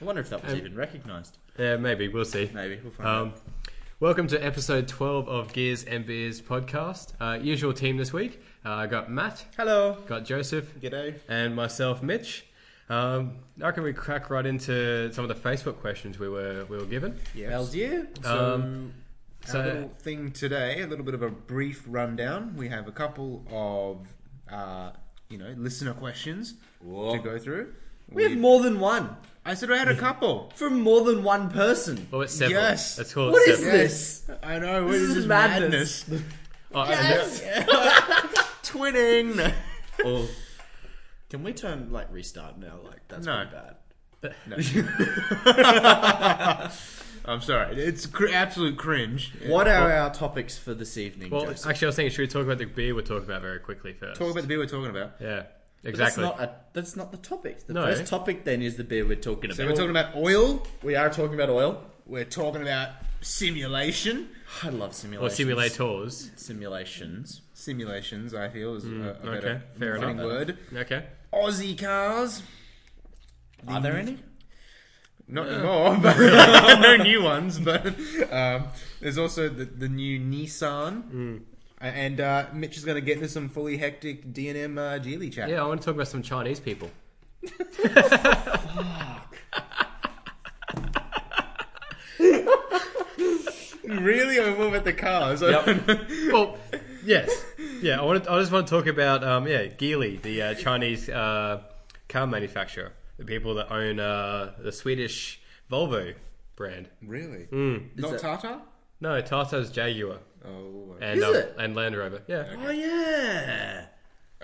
I wonder if that was Um, even recognised. Yeah, maybe we'll see. Maybe we'll find Um, out. welcome to episode twelve of Gears and Beers podcast. Uh, usual team this week. Uh, I got Matt, Hello. got Joseph, G'day. and myself, Mitch. Um, I reckon we crack right into some of the Facebook questions we were we were given. Yes. How's you? So, Um, Uh, so- uh, our little thing today, a little bit of a brief rundown. We have a couple of, uh, you know, listener questions Whoa. to go through. We have We've- more than one I said I had a couple. from more than one person. Well, Oh, it's several. Yes. Let's call it What is several. Yes. I know. This This is is madness. madness. Oh, Twinning. Or can we turn like restart now? Like that's No. pretty bad. I'm sorry. It's cr- absolute cringe. What are our topics for this evening, well, Joseph? actually, I was thinking, should we talk about the beer we're talking about very quickly first? Talk about the beer we're talking about. yeah, But that's exactly. not a, that's not the topic. The No. first topic then is the beer we're talking about. So we're talking about oil. We are talking about oil. We're talking about simulation. I love simulations. Or simulators. Simulations. Simulations, I feel, is a, a Mm, okay, better fair fitting enough. word. Okay. Aussie cars. Are there any? Not anymore, but no new ones. But um, there's also the, the new Nissan, A- and uh, Mitch is going to get into some fully hectic D and M uh, Geely chat. Yeah, I want to talk about some Chinese people. Really, I'm all about the cars. well, yes, yeah. I wanted, I just want to talk about um, yeah, Geely, the uh, Chinese uh, car manufacturer, the people that own uh, the Swedish Volvo brand. really, Is not it- Tata. No, Tata's Jaguar Oh, and Is um, it? and Land Rover. Yeah, Oh yeah.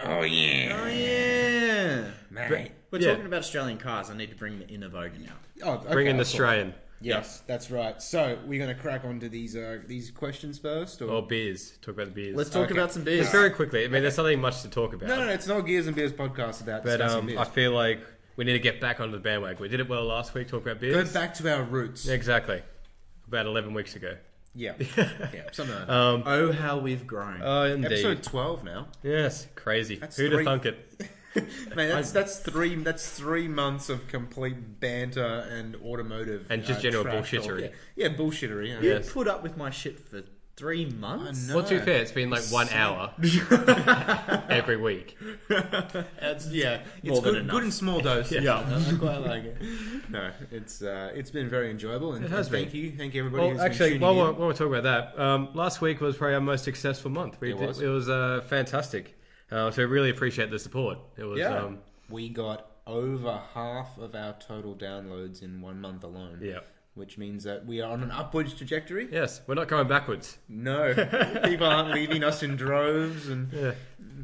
oh yeah, Oh yeah. mate. We're Yeah. talking about Australian cars. I need to bring the inner vogue now. Oh, okay, bring in the that's all. Australian Yes, that's right. So we're going to crack on to these uh, these questions first, or or beers. Talk about the beers. Let's talk Okay. about some Just beers. very quickly. I mean, there's something much to talk about. no, no, no, it's not Gears and Beers podcast about But discussing um, I beers. feel like we need to get back onto the bandwagon. We did it well last week, talking about Go beers. back to our roots. Yeah, Exactly. About 11 weeks ago. yeah, something like that. Um, Oh, how we've grown. oh, indeed. Episode twelve now. Yes, crazy. That's Who'd have three- thunk it? Mate, that's that's three that's three months of complete banter and automotive uh, And just general trash talk. bullshittery. Yeah, yeah bullshittery. Yeah. you yes. put up with my shit for three months. I Well, to be No. fair, it's been like one hour every week. That's, yeah, It's more good, than enough. good in small dose. I quite like it. No, it's uh, it's been very enjoyable and, has and thank you, thank you everybody. Well, who's actually, been while tuning we're, in. while we're talking about that, um, last week was probably our most successful month. We It did- was. It was uh, fantastic. Uh, so we really appreciate the support. It was. yeah, Um, we got over half of our total downloads in one month alone. Yeah. Which means that we are on an upwards trajectory. yes, we're not going backwards. No, people aren't leaving us in droves, and Yeah.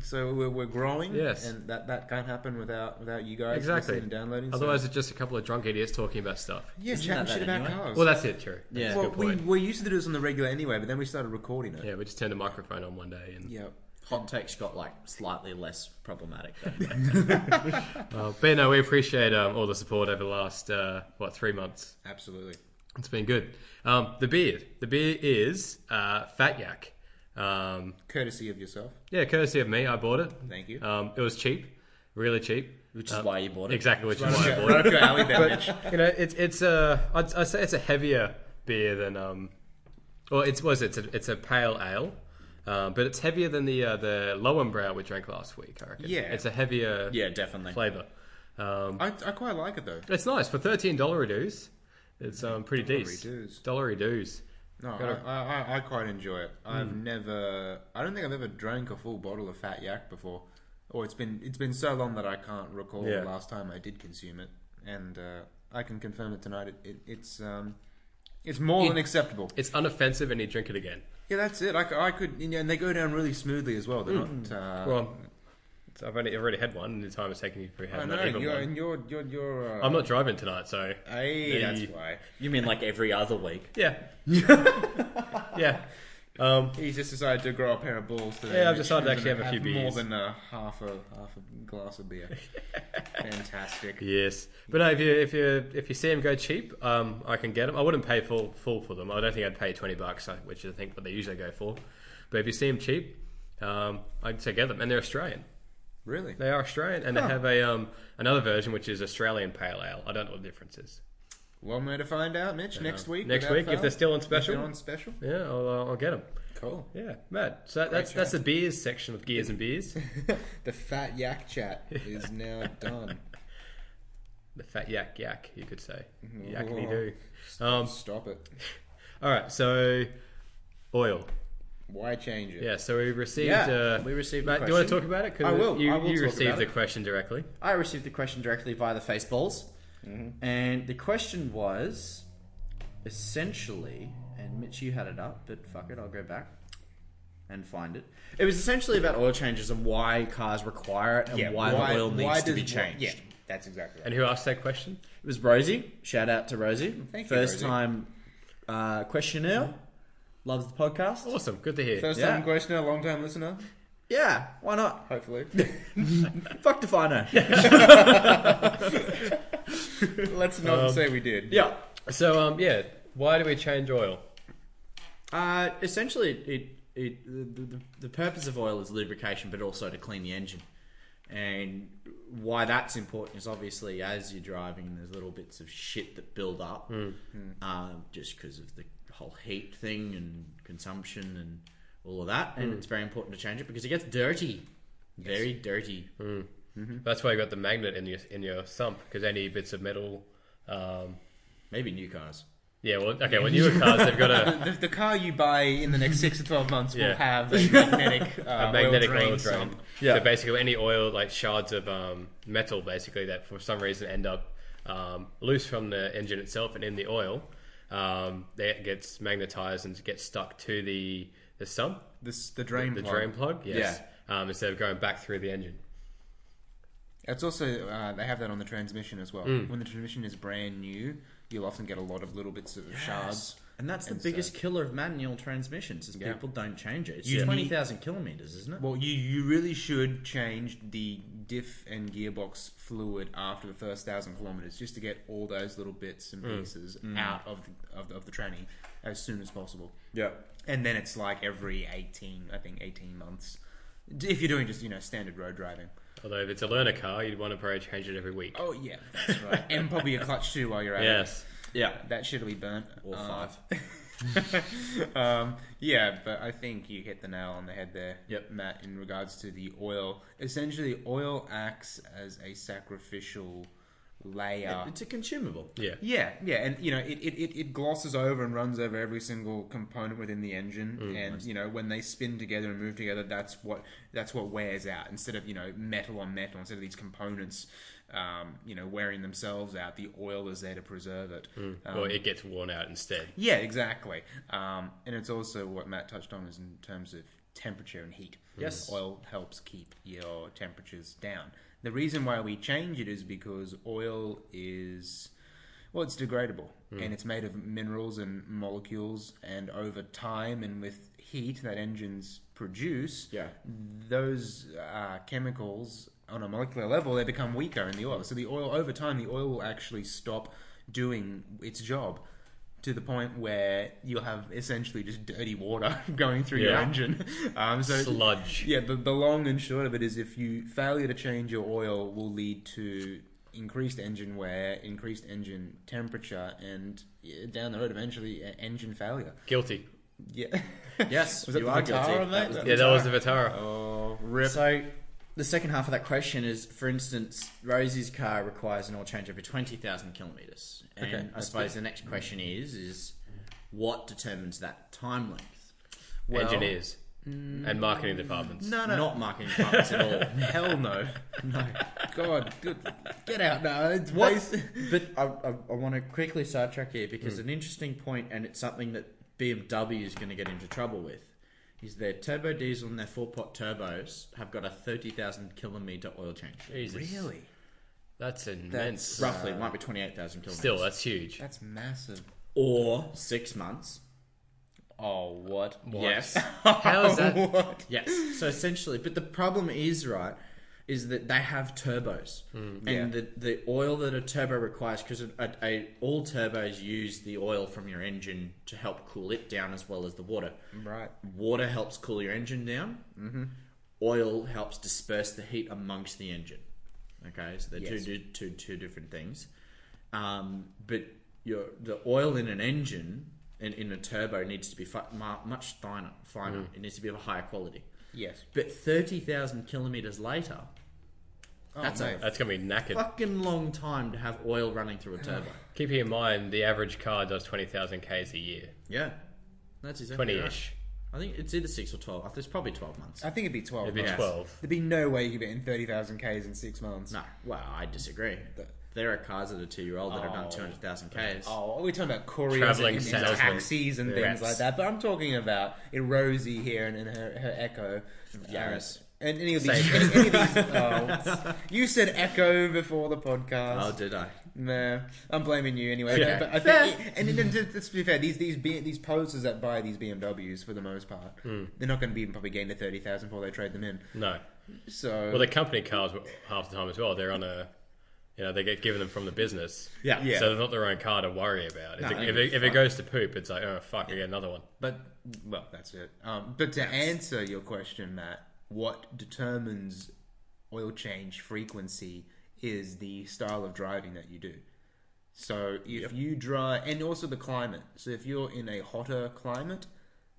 so we're, we're growing. Yes. and that, that can't happen without without you guys Exactly. listening and downloading. so- Otherwise, it's just a couple of drunk idiots talking about stuff. yeah, Isn't chatting that shit that about anyway? cars. Well, that's it, true. Yeah. That's a Well, good we point. we used to do this on the regular anyway, but then we started recording it. Yeah, we just turned the microphone on one day, and Yep. Hot takes got like slightly less problematic. Though. uh, but no, we appreciate um, all the support over the last uh, what three months. absolutely. It's been good. Um, the beer, the beer is uh, Fat Yak. Um, Courtesy of yourself, yeah, courtesy of me, I bought it. thank you. Um, it was cheap, really cheap. Which is why you bought it. Exactly, which is why I Okay, bought it. right up your alley there, Mitch. You know, it's it's a I'd, I'd say it's a heavier beer than um, well, it's was it's a it's a pale ale. Um, but it's heavier than the uh, the Lowenbrau we drank last week. I reckon. Yeah. it's a heavier Yeah, definitely. flavor. Um, I, I quite like it though. It's nice for thirteen dollar dues. It's um pretty dues. decent. Dollary dues. No, I, Gotta- I, I- I quite enjoy it. I've never, I don't think I've ever drank a full bottle of Fat Yak before, or it's been it's been so long that I can't recall Yeah. the last time I did consume it, and uh, I can confirm it tonight. It, it, it's um, it's more It- than acceptable. It's unoffensive, and you drink it again. Yeah, that's it. I, c- I could, you know, and they go down really smoothly as well. They're not. Uh, Well, so I've only I've already had one, and the time it's taking me for I having know not even you're, one. and you're, you're, you're. Uh, I'm not driving tonight, so Hey, Hey. that's why You mean like every other week? yeah, yeah. Um, he's just decided to grow a pair of balls today. Yeah, I've which decided to means actually I'm have a gonna few more beers. than uh, half a half a glass of beer. Fantastic. yes, but no, if you if you if you see them go cheap, um, I can get them. I wouldn't pay full full for them. I don't think I'd pay twenty bucks, I- which is I think what they usually go for. But if you see them cheap, um, I'd say get them, and they're Australian. Really? They are Australian, and they have a um, another version which is Australian Pale Ale. I don't know what the difference is. One way to find out, Mitch. Next week. Next without week, if fail. they're still on special. If they're on special. Yeah, I'll, uh, I'll get them. Cool. Yeah, mad. So that, that's Great that's the beers section of gears and beers. the fat yak chat is now done. the fat yak yak, you could say. Mm-hmm. Yakety do. Um, Stop it. all right, so oil. Why change it? Yeah, so we received. Yeah, uh, we received a Matt, do you want to question. talk about it? 'Cause I will, You, I will you talk received about the it. question directly. I received the question directly via the Faceballs, Mm-hmm. and the question was essentially, and Mitch, you had it up, but fuck it, I'll go back and find it. It was essentially about oil changes and why cars require it and why, the oil needs why to be does wa- changed. Yeah, that's exactly right. And who asked that question? It was Rosie. Shout out to Rosie. Thank you, First Rosie. time uh, questionnaire. Loves the podcast. Oh. Awesome, good to hear. First Yeah. time questioner, long time listener, Yeah, why not? hopefully. Fuck if I know. Yeah. Let's not Um, say we did. So um, yeah, why do we change oil? Uh, essentially, it, it the, the, the purpose of oil is lubrication, but also to clean the engine. And why that's important is obviously as you're driving, there's little bits of shit that build up, um, just because of the whole heat thing and consumption and all of that. And it's very important to change it because it gets dirty, very dirty. That's why you got the magnet in your in your sump because any bits of metal. Um, Maybe new cars. yeah, well, okay. Well, newer cars they've got a The, the car you buy in the next six to twelve months Yeah. will have a magnetic, uh, a magnetic oil drain. sump. Yeah. So basically, any oil, like shards of um, metal, basically that for some reason end up um, loose from the engine itself and in the oil, um, that gets magnetized and gets stuck to the the sump, This the drain. the plug. drain plug. Yes. Um, instead of going back through the engine. It's also uh, they have that on the transmission as well. When the transmission is brand new, you'll often get a lot of little bits of shards. And that's the And so- biggest killer of manual transmissions is Yeah. people don't change it. It's You need- twenty thousand kilometers, isn't it? Well, you you really should change the diff and gearbox fluid after the first thousand kilometers, just to get all those little bits and pieces out of the, of the, of the tranny as soon as possible. yeah. And then it's like every eighteen, I think eighteen months, if you're doing just you know standard road driving. Although if it's a learner car, you'd want to probably change it every week. Oh yeah, that's right. and probably a clutch too while you're at it. Yes. Yeah. That shit'll be burnt. Uh, Or five. um, yeah, but I think you hit the nail on the head there, Yep. Matt, in regards to the oil. Essentially, oil acts as a sacrificial layer. It's a consumable. Yeah. yeah, yeah, and you know it, it, it, it glosses over and runs over every single component within the engine, Mm, and you know when they spin together and move together, that's what that's what wears out. Instead of you know metal on metal, instead of these components, um, you know wearing themselves out, the oil is there to preserve it. Mm. Um, or it gets worn out instead. yeah, exactly. Um, and it's also what Matt touched on is in terms of temperature and heat. Yes. Oil helps keep your temperatures down. The reason why we change it is because oil is, well, it's degradable and it's made of minerals and molecules. And over time and with heat that engines produce, Yeah. those uh, chemicals on a molecular level they become weaker in the oil. So the oil over time, the oil will actually stop doing its job to the point where you'll have essentially just dirty water going through your Yeah. engine. Um, so Sludge. yeah, the, the long and short of it is if you failure to change your oil will lead to increased engine wear, increased engine temperature, and yeah, down the road eventually uh, engine failure. Guilty. Yeah. Yes, Was that you the are Vitara, guilty. mate? That was That the Yeah, that was Vitara. the Vitara. oh, rip. So the second half of that question is, for instance, Rosie's car requires an oil change every twenty thousand kilometers, and Okay, I that's suppose the next question is, is what determines that time length? Engineers and mm, marketing departments. No, no, not marketing departments at all. Hell no. No. God, good. get out now. It's What? basi- but I, I, I want to quickly sidetrack here because an interesting point, and it's something that BMW is going to get into trouble with, is their turbo diesel and their four pot turbos have got a thirty thousand kilometer oil change. Jesus. Really? That's immense. Roughly, it might be twenty-eight thousand kilometers. Still, eh? that's huge. That's massive. or six months. Oh, what? Yes, How is that? What? yes. So essentially, but the problem is right is that they have turbos, Hmm. and Yeah. the the oil that a turbo requires because a, a, all turbos use the oil from your engine to help cool it down as well as the water. Right. Water helps cool your engine down. Mm-hmm. Oil helps disperse the heat amongst the engine. Okay, so they're two Yes. two, two, two different things. Um, but your the oil in an engine and in a turbo needs to be fi- mu- much finer. Finer. It needs to be of a higher quality. Yes. But thirty thousand kilometers later, Oh, That's mate. That's gonna be knackered. fucking long time to have oil running through a turbo. Keep in mind, the average car does twenty thousand k's a year, yeah, that's exactly twenty right. ish. I think it's either six or twelve. It's probably twelve months. I think it'd be 12. It'd be months. twelve. There'd be no way you could be in 30,000 Ks in six months. No, well, I disagree. The- There are cars that are two year old that have Oh. done two hundred thousand k's. Oh, we're talking about couriers and, Travelling and salesmen. taxis and Yeah. things like that. But I'm talking about it, Rosie here and, and her, her Echo. Yaris. Uh, and any of these. Same. any of these oh, you said Echo before the podcast. Oh, did I? Nah, I'm blaming you anyway. Yeah. But I think, and, and, and let's be fair, these these B, these posters that buy these BMWs for the most part, Hmm. they're not going to be even probably getting to thirty thousand before they trade them in. No. So Well, the company cars were- half the time as well. They're on a, you know, they get given them from the business. Yeah. Yeah. So they're not their own car to worry about. If, No, it, if, it, if it goes to poop, it's like, oh fuck, I get another one. But well, that's it. Um, but to answer your question, Matt, what determines oil change frequency is the style of driving that you do. So if you drive, and also the climate. So if you're in a hotter climate,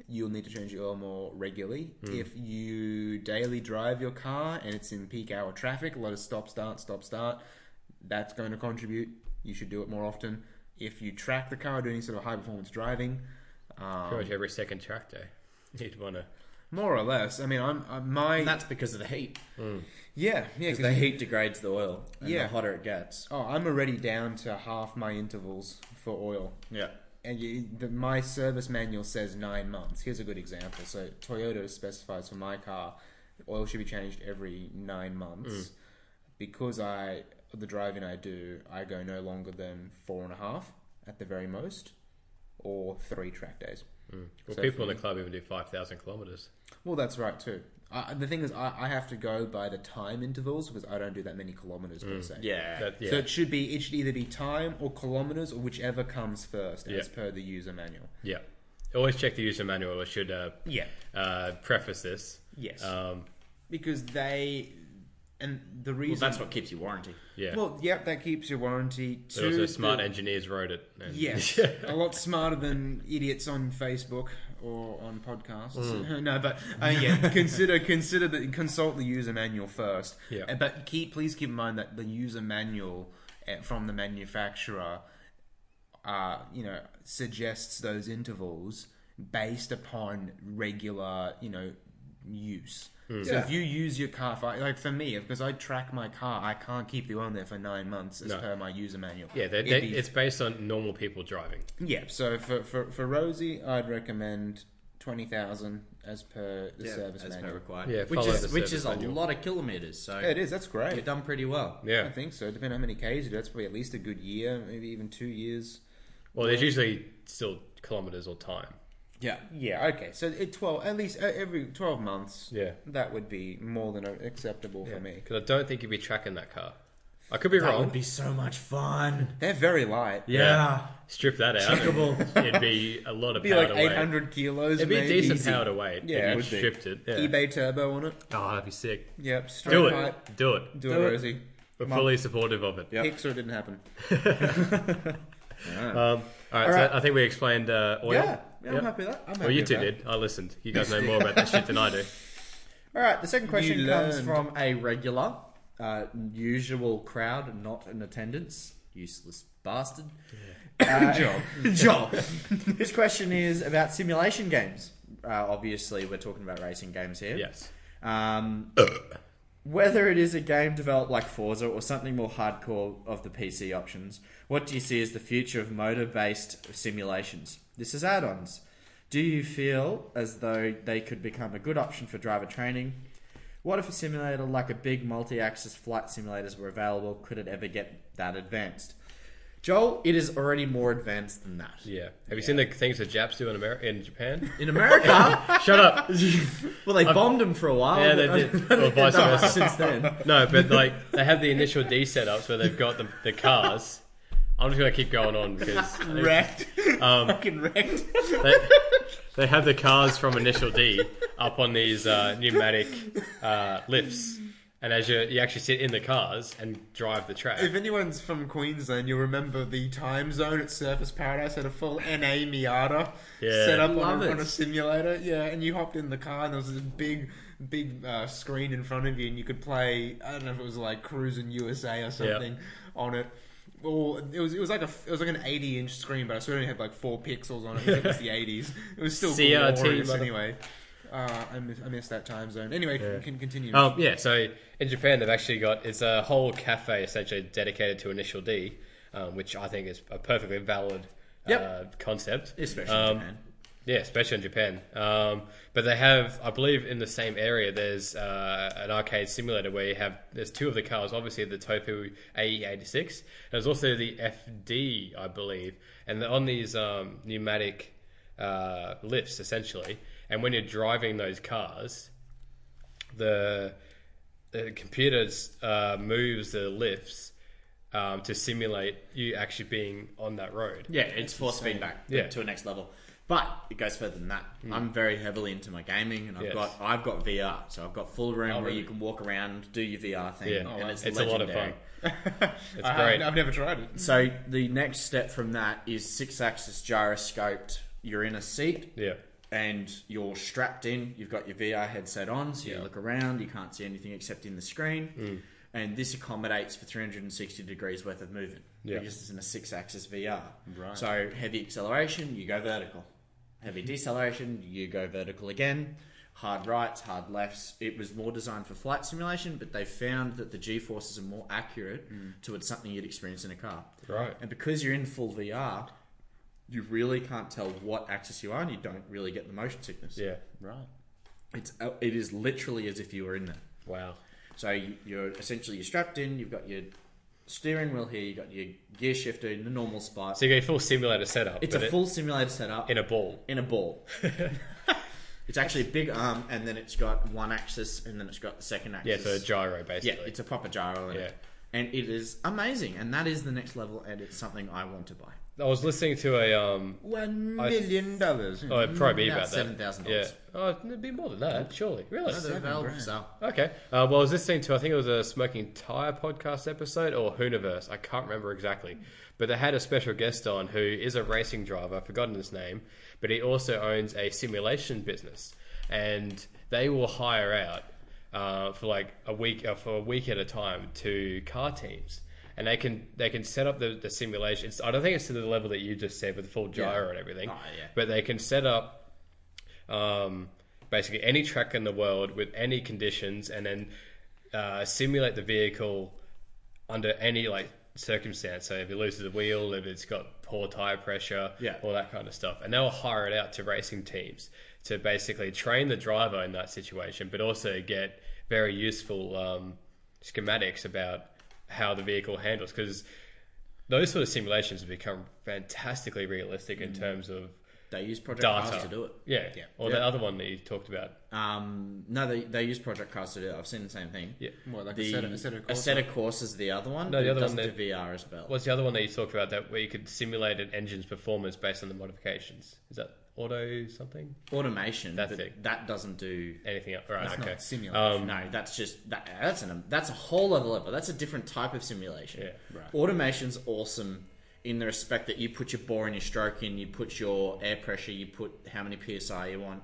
you'll need to change your oil more regularly. If you daily drive your car and it's in peak hour traffic, a lot of stop, start, stop, start, that's going to contribute. You should do it more often. If you track the car, do any sort of high performance driving. Um, Pretty much every second track day, you'd want to. more or less. I mean, I'm uh, my And that's because of the heat. yeah yeah. Because 'cause- the heat degrades the oil, and Yeah. the hotter it gets. oh, I'm already down to half my intervals for oil, Yeah. and you, the, my service manual says nine months. Here's a good example. So Toyota specifies for my car, oil should be changed every nine months. Mm. Because I the driving I do, I go no longer than four and a half at the very most, or three track days. Mm. Well, So people in the club even do five thousand kilometers. Well, that's right too. I, the thing is, I, I have to go by the time intervals because I don't do that many kilometers per se. Yeah. That, yeah. So it should be it should either be time or kilometers or whichever comes first as Yeah. per the user manual. yeah. Always check the user manual. I should uh, Yeah. uh, preface this. Yes. Um, because they and the Well, reason that's what keeps you warranty. yeah. Well, yep, that keeps your warranty But too. also, smart the- engineers wrote it. and- Yes, a lot smarter than idiots on Facebook or on podcasts. Mm. no, but uh, yeah, consider consider the consult the user manual first. Yeah. Uh, but keep please keep in mind that the user manual uh, from the manufacturer, uh, you know, suggests those intervals based upon regular, you know, use. Mm. So if you use your car for like for me, because I track my car, I can't keep the oil in there for nine months as No. per my user manual. Yeah, they, It'd they, be it's based on normal people driving. yeah, so for, for, for Rosie, I'd recommend 20,000 as per the service as per manual. required. Yeah, which follow is the which service is a manual. lot of kilometers. So Yeah, it is, that's great. you've done pretty well. Yeah. I think so. Depending on how many Ks you do, that's probably at least a good year, maybe even two years. Well, there's usually still kilometers or time. Yeah. Yeah, okay. So it 12, at least uh, every 12 months, Yeah. that would be more than acceptable for me. Because I don't think you'd be tracking that car. I could be That wrong. would be so much fun. They're very light. Yeah. Strip that out. Checkable. It'd be a lot of Be power like to weight. 800 kilos, It'd be a maybe. decent Easy. power to weight. Yeah, it if you would be. stripped it. Yeah. eBay turbo on it. Oh, that'd be sick. Yep, straight Do it. pipe. Do it. Do, Do it, it. Rosie. We're Mum. fully supportive of it. Yep. Hicks or it didn't happen. Um, all, right, right. so I think we explained uh, oil. Yeah, yeah, Yep. I'm happy with that. I'm happy Well, you with two that. did. I listened. You guys know more about that shit than I do. All right. The second question You comes learned. from a regular, uh, usual crowd, not in attendance. Useless bastard. Uh, Job. Joel. His question is about simulation games. Uh, obviously, we're talking about racing games here. Yes. Um, whether it is a game developed like Forza or something more hardcore of the PC options, what do you see as the future of motor based simulations? This is add ons. Do you feel as though they could become a good option for driver training? What if a simulator like a big multi axis flight simulators were available? Could it ever get that advanced? Joel, it is already more advanced than that. Yeah. Have you seen the things the Japs do in America, in Japan? In America, Shut up. well, they bombed them for a while. Yeah, they but- did. Or vice No, versa. since then. No, but like they have the initial D setups where they've got the, the cars. I'm just gonna keep going on because Wrecked. um, Fucking wrecked. they, they have the cars from initial D up on these uh, pneumatic uh, lifts, And as you you actually sit in the cars and drive the track. If anyone's from Queensland, you'll remember the time zone at Surface Paradise had a full NA Miata Yeah. set up Love on a, it. on a simulator. Yeah, and you hopped in the car and there was this big, big uh, screen in front of you, and you could play. I don't know if it was like Cruising USA or something on it. Well, it was it was like a it was like an eighty inch screen, but I sort of had like four pixels on it. It was the eighties. It was still CRT, glorious mother- anyway. Uh, I miss I miss that time zone. Anyway, Yeah. c can continue. Um, yeah, so in Japan they've actually got it's a whole cafe essentially dedicated to Initial D, um, which I think is a perfectly valid Yep. uh, concept, Especially Um, in Japan. Yeah, especially in Japan. Um, but they have, I believe, in the same area there's uh, an arcade simulator where you have there's two of the cars, obviously the Topu AE86, and there's also the FD, I believe, and they're on these um, pneumatic uh, lifts essentially. And when you're driving those cars, the the computer uh, moves the lifts um, to simulate you actually being on that road. Yeah, it's force feedback Yeah. Mm. to a next level. But it goes further than that. I'm very heavily into my gaming, and I've Yes. got I've got VR, so I've got full room Oh, where really? you can walk around, do your VR thing, Yeah. and Oh, it's, It's a lot legendary. of fun. It's I, great. I've never tried it. So the next step from that is six-axis gyroscoped. You're in a seat, Yeah. and you're strapped in. You've got your VR headset on, so Yeah. Mm. you look around. You can't see anything except in the screen. And this accommodates for 360 degrees worth of movement Yeah. because it's in a six-axis VR. Right. So heavy acceleration, you go vertical. Heavy Mm-hmm. deceleration, you go vertical again. Hard rights, hard lefts. It was more designed for flight simulation, but they found that the G forces are more accurate Mm. towards something you'd experience in a car. Right. And because you're in full VR, you really can't tell what axis you are, and you don't really get the motion sickness. Yeah. Right. It's uh, it is literally as if you were in there. Wow. So you- you're essentially you're strapped in. You've got your steering wheel here. You have got your gear shifter in the normal spot. So you get a full simulator setup. it's but a it- full simulator setup in a ball. in a ball. it's actually a big arm, and then it's got one axis, and then it's got the second Yeah, axis. so a gyro Yeah, basically. it's a proper gyro. In Yeah. it. And it is amazing, and that is the next level, and it's something I want to buy. I was listening to a um One I- million dollars. Hmm. oh it'd probably be About about that $7,000. Yeah, oh it'd be more than that surely. Really? They're available for sale. Okay. Uh, well, I was listening to I think it was a Smoking Tire podcast episode or Hooniverse. I can't remember exactly, but they had a special guest on who is a racing driver. I've forgotten his name, but he also owns a simulation business, and they will hire out uh, for like a week uh, for a week at a time to car teams. And they can they can set up the, the simulation. It's, I don't think it's to the level that you just said with the full gyro and everything. Oh, yeah. But they can set up um, basically any track in the world with any conditions and then uh, simulate the vehicle under any like circumstance. So if it loses a wheel, if it's got poor tire pressure, Yeah. all that kind of stuff. And they'll hire it out to racing teams to basically train the driver in that situation, but also get very useful um, schematics about how the vehicle handles because those sort of simulations have become fantastically realistic Mm. in terms of They use Project data Cars to do it. Yeah, Yeah. Or the other one that you talked about. Um, no, they, they use Project Cars to do it. I've seen the same thing. Yeah. What, like a the, set of- a set of a courses? set of courses, the other one. No, the but other it doesn't one do VR as well. What's the other one that you talked about that where you could simulate an engine's performance based on the modifications? Is that auto something? Automation. That but thing. That doesn't do. Anything else? Right. It's okay. not simulation. Um, No, that's just that, that's an that's a whole other level. That's a different type of simulation. Yeah. Right. Automation's awesome in the respect that you put your bore and your stroke in, you put your air pressure, you put how many psi you want,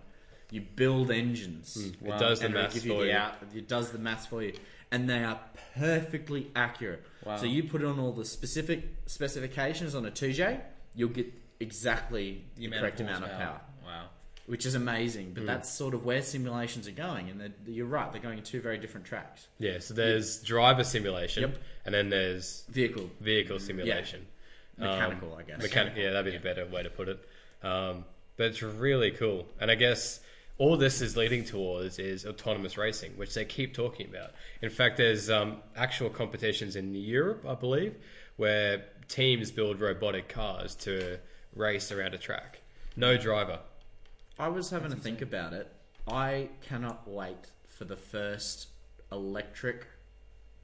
you build engines. it Wow. does the and it'll maths give you for Hmm. the you. out- it does the maths for you, and they are perfectly accurate. Wow. So you put on all the specific specifications on a two J, you'll get exactly the, correct amount of power Wow. which is amazing. Hmm. But that's sort of where simulations are going, and they're- you're right; they're going in two very different tracks. yeah. So there's driver simulation, Yep. and then there's Vehicle, vehicle simulation. Um, mechanical, I guess. Mechanic, yeah, that'd be the better way to put it. Um, but it's really cool, and I guess all this is leading towards is autonomous racing, which they keep talking about. In fact, there's um, actual competitions in Europe, I believe, where teams build robotic cars to race around a track. No driver. I was having a think about it. I cannot wait for the first electric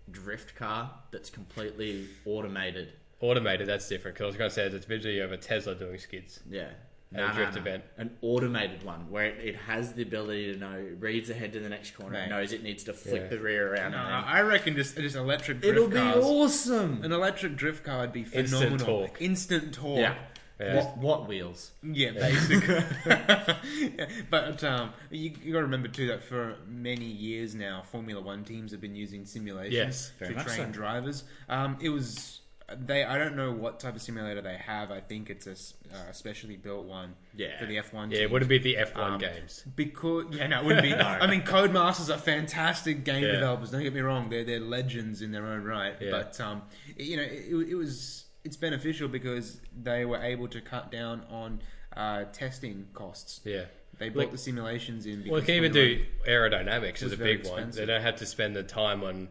drift car that's completely automated. Automated, that's different. Because I was going to say, it's visually over Tesla doing skids. Yeah, at a drift event. An automated one where it, it has the ability to know, it reads ahead to the next corner, it Mate. knows it needs to flick Yeah. the rear around. No, and then- I reckon just just electric drift it'll be cars. awesome. An electric drift car would be Instant phenomenal. torque. Instant torque. yeah. Yeah. What, what wheels? Yeah, basically. Yeah, But um, you, you got to remember too that for many years now, Formula One teams have been using simulations Yes, very to much train so. drivers. Um, it was they. I don't know what type of simulator they have. I think it's a s- uh, specially built one. Yeah. for the F one. Yeah, it wouldn't be the F1 Um, games. Because yeah, no, it wouldn't be. I mean, Codemasters are fantastic game Yeah. developers. Don't get me wrong; they're they're legends in their own right. Yeah. But um, it- you know, it, it was it's beneficial because they were able to cut down on uh, testing costs. Yeah. They brought Like- the simulations in. Because Well, they can even we do aerodynamics is was a very big one. They expensive. don't have to spend the time on,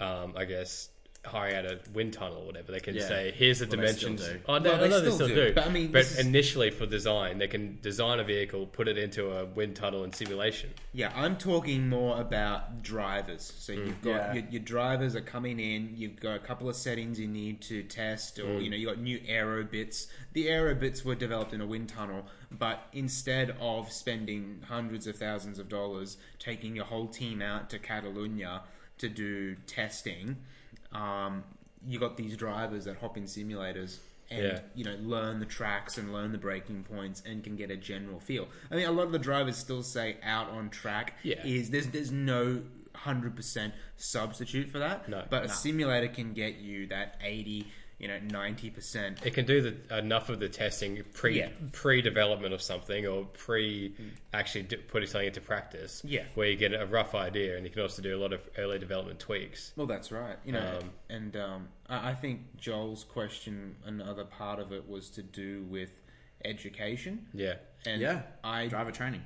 um, I guess, hiring out a wind tunnel or whatever. They can Yeah. say, "Here's the Well, they still dimensions." do. Oh no, Well, they, no, they still, do. But, I mean, this is- initially for design, they can design a vehicle, put it into a wind tunnel and simulation. Yeah, I'm talking more about drivers. So you've got Yeah. your, your drivers are coming in. You've got a couple of settings you need to test, or Mm. you know, you got new aero bits. The aero bits were developed in a wind tunnel, but instead of spending hundreds of thousands of dollars taking your whole team out to Catalunya to do testing, um, you got these drivers that hop in simulators. And Yeah. you know, learn the tracks and learn the breaking points, and can get a general feel. I mean, a lot of the drivers still say out on track Yeah. is there's there's no hundred percent substitute for that. No. but a No. simulator can get you that eighty, you know, ninety percent. It can do the, enough of the testing pre Yeah. Mm. pre development of something or pre actually d- putting something into practice. Yeah. where you get a rough idea, and you can also do a lot of early development tweaks. Well, that's right. You know, Um, and um, I, I think Joel's question, another part of it was to do with education. Yeah, And Yeah. I driver, Driver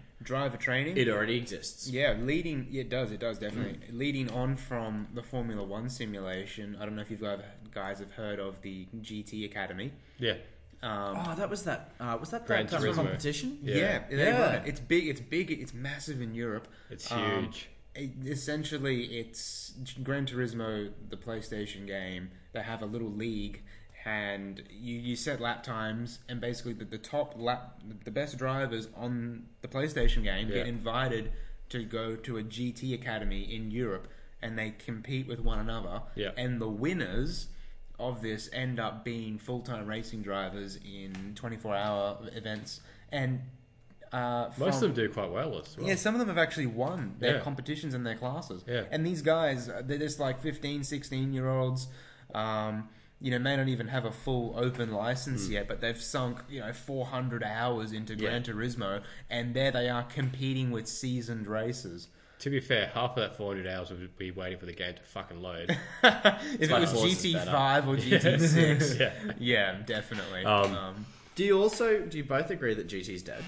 training. training. It already exists. Yeah, leading. yeah, It does. It does definitely. Leading on from the Formula One simulation. I don't know if you guys guys have heard of the GT Academy. yeah, Um, Oh, that was that. Uh, was that Gran that um, Turismo. competition? Yeah. Yeah, they Yeah. run it. It's big. It's big. It's massive in Europe. it's huge. Um, it- essentially, it's Gran Turismo, the PlayStation game. They have a little league, and you, you set lap times, and basically the, the top lap, the best drivers on the PlayStation game Yeah. get invited to go to a GT academy in Europe, and they compete with one another. Yeah. And the winners of this end up being full time racing drivers in 24 hour events. And uh, Most of from- them do quite well as well. yeah, some of them have actually won their Yeah. competitions and their classes. Yeah. And these guys, uh, they're just like 15, 16 year olds. Um, you know, may not even have a full open license Hmm. yet, but they've sunk, you know, 400 hours into Gran Turismo, and there they are competing with seasoned racers. To be fair, half of that 400 hours would be waiting for the game to fucking load. If it like was horses GT5 or GT6. yeah. yeah, definitely. Um, um, Do you also do you both agree that GT's dead?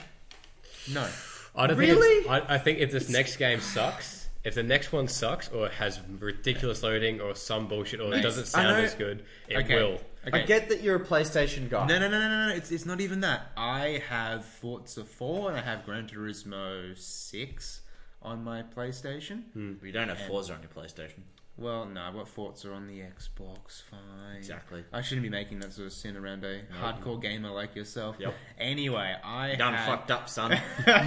no. I don't Really? Think it's- I, I think if this next game sucks, if the next one sucks or has ridiculous loading or some bullshit or it Mate, doesn't I sound know- as good, it Okay. will. I get that you're a PlayStation guy. No, no, no, no, no, no. It's, it's not even that. I have Forza 4 and I have Gran Turismo 6 on my PlayStation. You don't have Forza on your PlayStation. Well, no, I've got Forza on the Xbox. Fine. Exactly. I shouldn't be making that sort of sin around a hardcore gamer like yourself. Yep. Anyway, I Done Uh, had... fucked up, son.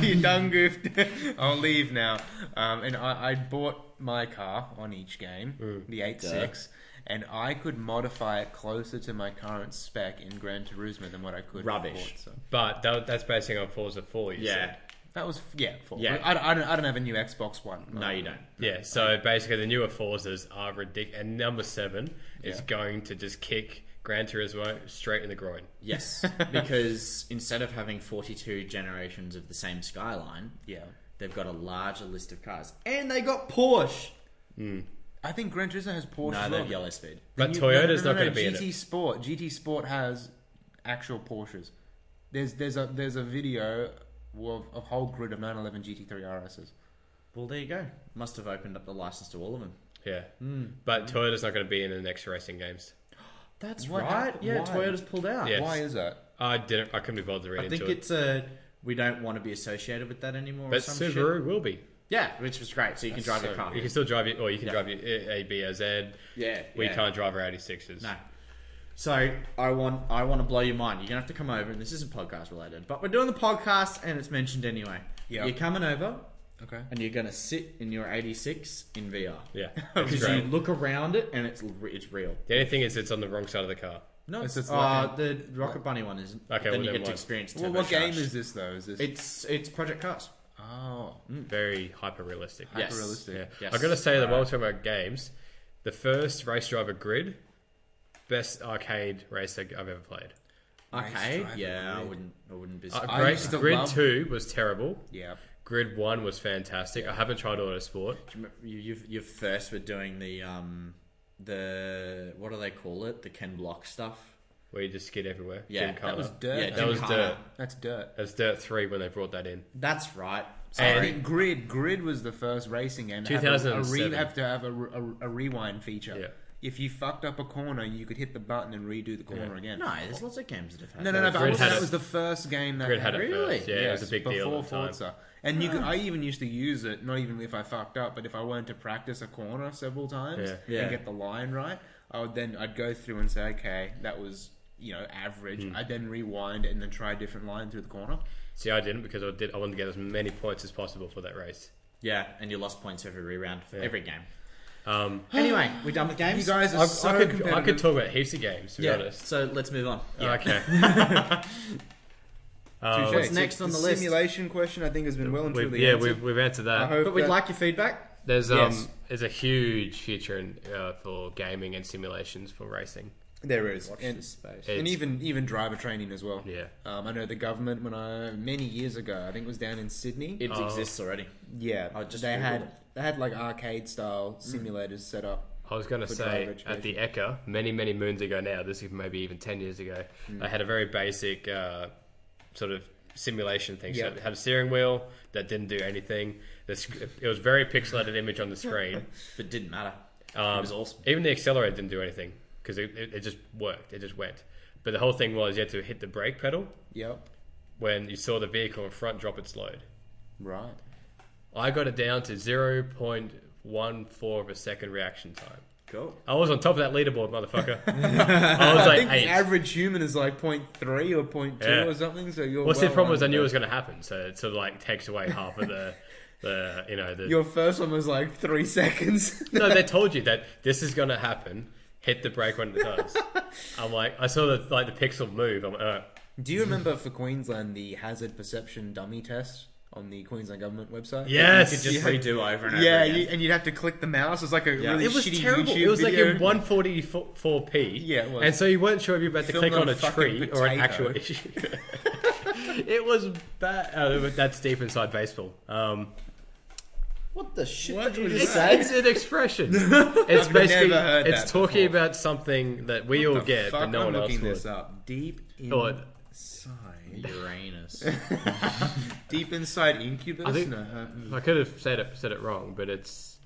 you done goofed. I'll leave now. Um, and I, I bought my car on each game, Hmm. the 8 6, and I could modify it closer to my current spec in Gran Turismo than what I could. for Rubbish. Forza. But that, that's basing on Forza 4, you yeah. said. That was, yeah, Forza. Yeah. I, I don't, I don't have a new Xbox One. No, you don't. Yeah, so basically the newer Forzas are ridiculous. And number 7 is Yeah. going to just kick Gran Turismo straight in the groin. Yes, because instead of having 42 generations of the same skyline, Yeah. they've got a larger list of cars, and they got Porsche. I think Gran Turismo has Porsche. No, as they've well. yellow speed. But You- Toyota's no, no, no, not no, going to be GT in it. Sport. GT Sport has actual Porsches. There's there's a there's a video of a whole grid of 911 GT3 RSs. Well, there you go. Must have opened up the license to all of them. Yeah. Hmm. But Toyota's not going to be in the next racing games. That's What right. hap- Yeah, why? Toyota's pulled out. Yeah. Yes. Why is that? I didn't. I couldn't be bothered to read I into think it. it's a we don't want to be associated with that anymore. or But some shit. Subaru will be. Yeah, which was great. So you can That's drive your so car. You can still drive your, or you can Yeah. drive your A- A, B, or Z. Yeah, We yeah. can't drive our 86s. No. So I want I want to blow your mind. You're gonna have to come over, and this isn't podcast related, but we're doing the podcast, and it's mentioned anyway. Yeah. You're coming over, Okay. and you're gonna sit in your 86 in VR. Yeah, Because it's you great. look around it, and it's l- it's real. The only thing is, it's on the wrong side of the car. No, It's- it's uh, like a- the Rocket Bunny one isn't. Okay, then well, you then get to what? experience. Well, what turbocharged. game is this though? Is this? It's it's Project Cars. oh, Mm, Very hyper realistic. Yes. realistic. Yeah. Mm. Yes. I gotta say that while we're talking about games, the first Race Driver Grid, best arcade racer I've ever played. Okay, Driver, yeah, I really. wouldn't I wouldn't be. Uh, surprised. I Gra- used to Grid love- Two was terrible. Yeah. Grid One was fantastic. I haven't tried Autosport. you, you've you've first were doing the um the what do they call it the Ken Block stuff. Where you just skid everywhere. Yeah, Gymkhana. that was dirt. Yeah, That Jim was Carter. dirt. That's dirt. That's Dirt Three when they brought that in. That's right. And- Sorry. I think Grid. Grid was the first racing game. to have a- a re- 2007. Have to have a, re- a, a rewind feature. Yeah. If you fucked up a corner, you could hit the button and redo the corner Yeah. again. no, there's lots of games that have had. No, no, no. that. But I Grid was, had that it. was the first game that Grid had it Really? first. Yeah, it was a big deal before at the time. Forza. And you could, I even used to use it, not even if I fucked up, but if I wanted to practice a corner several times Yeah. Yeah. and get the line right, I would then I'd go through and say, okay, that was you know average. Hmm. I'd then rewind and then try a different line through the corner. See, I didn't because I did. I wanted to get as many points as possible for that race. Yeah, and you lost points every reround for Yeah. every game. Um, Anyway, we're done with You games. guys are I, so I could I competitive. could talk about heaps of games. To be yeah. honest. So let's move on. Yeah. Okay. To be Um, fair, What's it's- next on the list? Simulation question, I think, has been well and we've, truly yeah, answered. we've, we've answered I that. hope But we'd that- like your feedback. There's um Yes. there's a huge future in, uh, for gaming and simulations for racing. there is, Watch and, this space. and It's- even even driver training as well. Yeah. Um, I know the government when I many years ago, I think it was down in Sydney. It Oh. exists already. yeah, I just they Googled had it. they had like arcade style simulators set up. I was going to For driver say at the education. ECA many many moons ago now. This is maybe even ten years ago. Hmm. They had a very basic uh, sort of simulation thing. Yep. So it had a steering wheel that didn't do anything. The sc- it was very pixelated image on the screen. But it didn't matter. Um, it was awesome. Even the accelerator didn't do anything because it, it, it just worked. It just went. But the whole thing was you had to hit the brake pedal Yep. when you saw the vehicle in front drop its load. Right. I got it down to 0.14 of a second reaction time. Cool. I was on top of that leaderboard, motherfucker. I was I like think the eight. average human is like 0.3 or 0.2 Yeah. or something. So you're. Well, see, well the problem was I under knew it that. was going to happen, so it sort of like takes away half of the, the you know, the. Your first one was like three seconds. no, they told you that this is going to happen. Hit the brake when it does. I'm like, I saw the like the pixel move. I'm like, uh, Do you remember for Queensland the hazard perception dummy test on the Queensland government website? yes. You could just redo over and over. Yeah, again. you, and you'd have to click the mouse. It's like a Yeah. really it was shitty terrible. YouTube it was video. like in 144p. Yeah, it was. And so you weren't sure if you were about to Filmed click on on a a fucking tree or an potato. actual issue. it was bad. Oh, but that's deep inside baseball. Um, What the shit What did you was just it's- say? It's an expression. It's basically never heard it's that talking before. about something that we all The get, fuck? but no I'm one else looking would. this up. Deep Oh, it- inside, Uranus. deep inside incubus. I think- no, uh, I could have said it said it wrong, but it's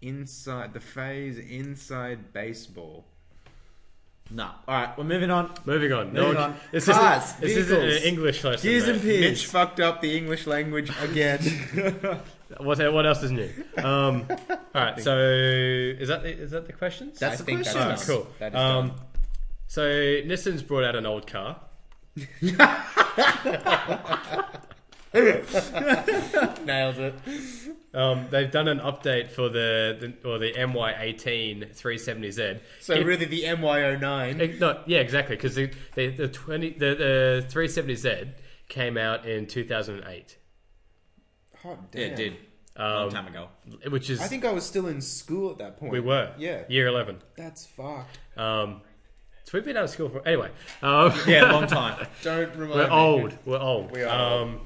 inside the phase inside baseball. no. All right, we're moving on. moving on. Moving one- on. This Cars, isn't, this isn't an vehicles, English lesson. gears mate. and Piers. Mitch fucked up the English language again. What, what else is new? Um, all right, so is that the, is that the questions? That's I the think question. All right, done. cool. That is um, done. so Nissan's brought out an old car. Nailed it. Um, they've done an update for the, the or the MY18 370Z. So It- really, the MY09. it- no, yeah, exactly, because the, the the 20 the, the 370Z came out in 2008, Yeah, Hot Oh, damn. it did. Long time ago. which is I think I was still in school at that point. we were Yeah. year 11. That's fucked. Um, so we've been out of school for anyway. Um, Yeah, long time. Don't remind We're me. old. We're old. We are old. Um,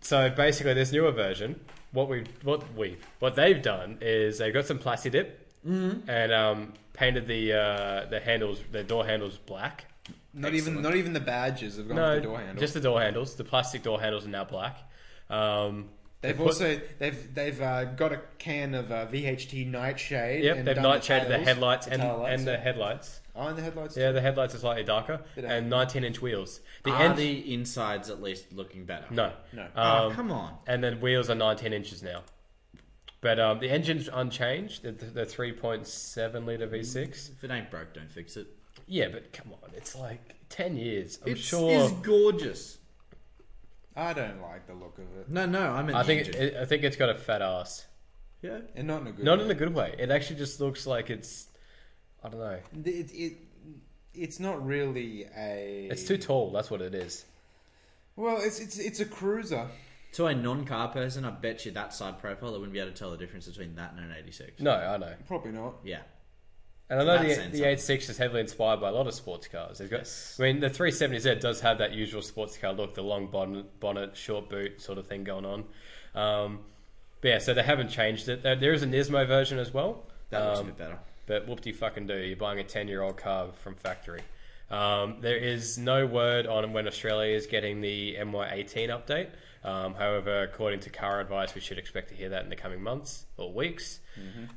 so basically, this newer version, what we what we what they've done is they've got some plasti dip Mm-hmm. and um, painted the uh, the handles, the door handles black. Not even not even the badges have gone No, off the door handle. just the door handles. The plastic door handles are now black. Um, They've put- also they've they've uh, got a can of uh, VHT nightshade. Yep, and they've done the nightshaded the tails, headlights the and, tail lights, and the yeah. headlights. oh, and the headlights. Yeah, the headlights are slightly darker Bit of- and 19 inch wheels. The Are end, the insides at least looking better? no, No. Ah, Oh, Um, come on. and then wheels are 19 inches now. But um, the engine's unchanged, the, the 3.7 litre V6. If it ain't broke, don't fix it. Yeah, but come on, it's like ten years. I'm It's, sure. it's gorgeous. I don't like the look of it, No, no, I mean I think it, it- I think it's got a fat ass. yeah. and not in a good. Not way. in a good way. It actually just looks like it's. I don't know. It, it, it's not really a. It's too tall. That's what it is. Well, it's it's it's a cruiser. To a non-car person, I bet you that side profile they wouldn't be able to tell the difference between that and an eighty-six. No, I know. Probably not. Yeah, And I know That's the, saying the something. 86 is heavily inspired by a lot of sports cars. They've got, Yes. I mean, the 370Z does have that usual sports car look, the long bonnet, bonnet short boot sort of thing going on. Um, but yeah, so they haven't changed it. There, there is an Nismo version as well. that looks a Um, bit better. But whoop de fucking do, you're buying a 10 year old car from factory. Um, there is no word on when Australia is getting the MY18 update. Um, however, according to car advice, we should expect to hear that in the coming months or weeks.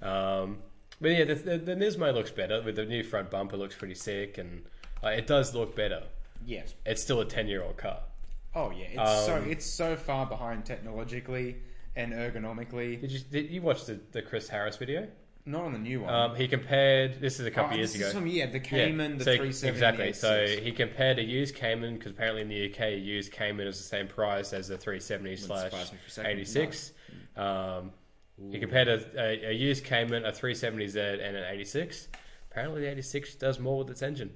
Um, but yeah, the, the, the Nismo looks better with the new front bumper, looks pretty sick, and uh, it does look better. Yes. It's still a 10 year old car. Oh yeah. It's so Um, it's so far behind technologically and ergonomically. Did you, did you watch the, the Chris Harris video? Not on the new one. Um, he compared, this is a couple Oh, years this ago. is from- yeah, the Cayman, the so, 370. Exactly. and the So 86. he compared a used Cayman because apparently in the UK, a used Cayman is the same price as the 370 slash surprise me for a second. 86. Um, he compared a, a, a used Cayman, a 370Z, and an 86. Apparently, the 86 does more with its engine.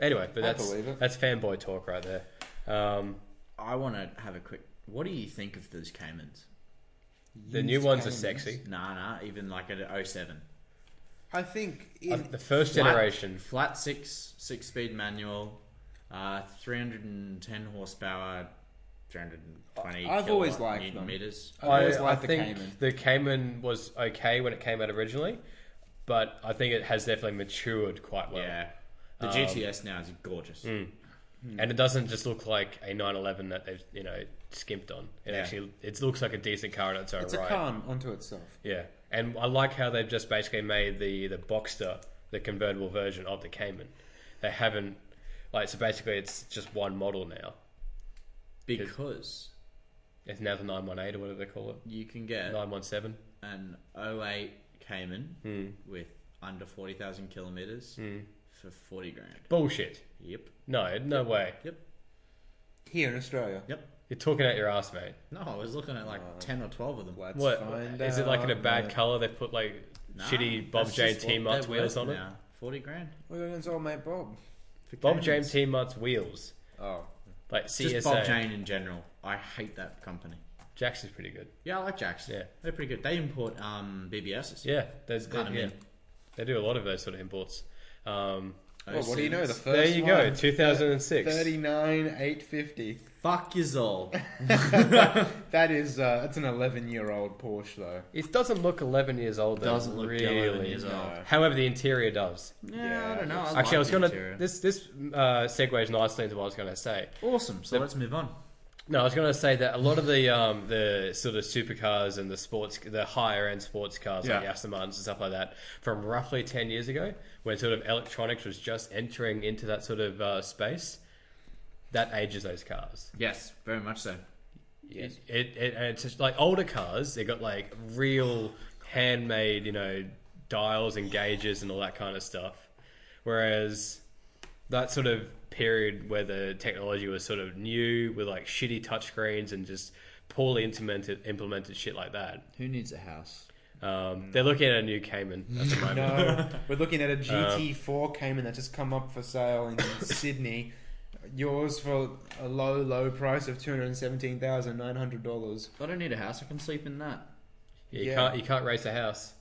Anyway, but I that's believe it. that's fanboy talk right there. Um, I want to have a quick. What do you think of those Caymans? the Used new ones Caymans. are sexy. Nah, nah. Even like an 07. I think Uh, it, the first Flat- generation. flat six six speed manual, uh, three hundred and ten horsepower, three hundred and twenty. I've always liked newton them. meters. I always I, like I the think Cayman. the Cayman was okay when it came out originally, but I think it has definitely matured quite well. yeah, the um, Mm. GTS now is gorgeous. and it doesn't just look like a 911 that they've you know skimped on. It Yeah. actually it looks like a decent car in its own It's right. a calm onto itself. Yeah, and I like how they've just basically made the the Boxster the convertible version of the Cayman. They haven't like so basically it's just one model now. Because It's now the 918 or whatever they call it, you can get 917. an 08 Cayman Mm. with under forty thousand kilometers for forty grand. Bullshit. Yep. No, no way. Yep. Here in Australia. Yep. You're talking out your ass, mate. No, I was looking at like ten or twelve of them. Let's What find is it like in a out, bad mate. color? They put like shitty Bob James T Mutt's wheels on it. Forty grand. What happens, old mate Bob? for Bob Caymans. James T Mutt's wheels, Oh, like Just CSA. Bob Jane in general. I hate that company. Jax is pretty good. Yeah, I like Jax. Yeah. They're pretty good. They import um, BBSs. Yeah, there's Kinda yeah. mean. They do a lot of those sort of imports. Um, well, what do you know? The first there you go, one, 2006. thirty-nine eight fifty. Fuck is all. That is uh, that's an eleven-year-old Porsche though. It doesn't look 11 years old. Though, Doesn't look really. 11 years old. No. However, the interior does. Yeah, I don't know. I Actually, I was going gonna. to. This this uh, segues nicely into what I was going to say. Awesome. So let's move on. No, I was going to say that a lot of the um, the sort of supercars and the sports, the higher end sports cars like Yeah. Aston Martins and stuff like that, from roughly ten years ago, when sort of electronics was just entering into that sort of uh, space, that ages those cars. Yes, very much so. Yes. It, it, and it's just like older cars, they got like real handmade, you know, dials and gauges and all that kind of stuff. Whereas that sort of period where the technology was sort of new with like shitty touchscreens and just poorly implemented, implemented shit like that. Who needs a house? Um, they're looking at a new Cayman at the moment. No, we're looking at a GT4 Cayman that just come up for sale in Sydney. Yours for a low, low price of two hundred seventeen thousand nine hundred dollars. I don't need a house. I can sleep in that. you Yeah. can't you can't race a house.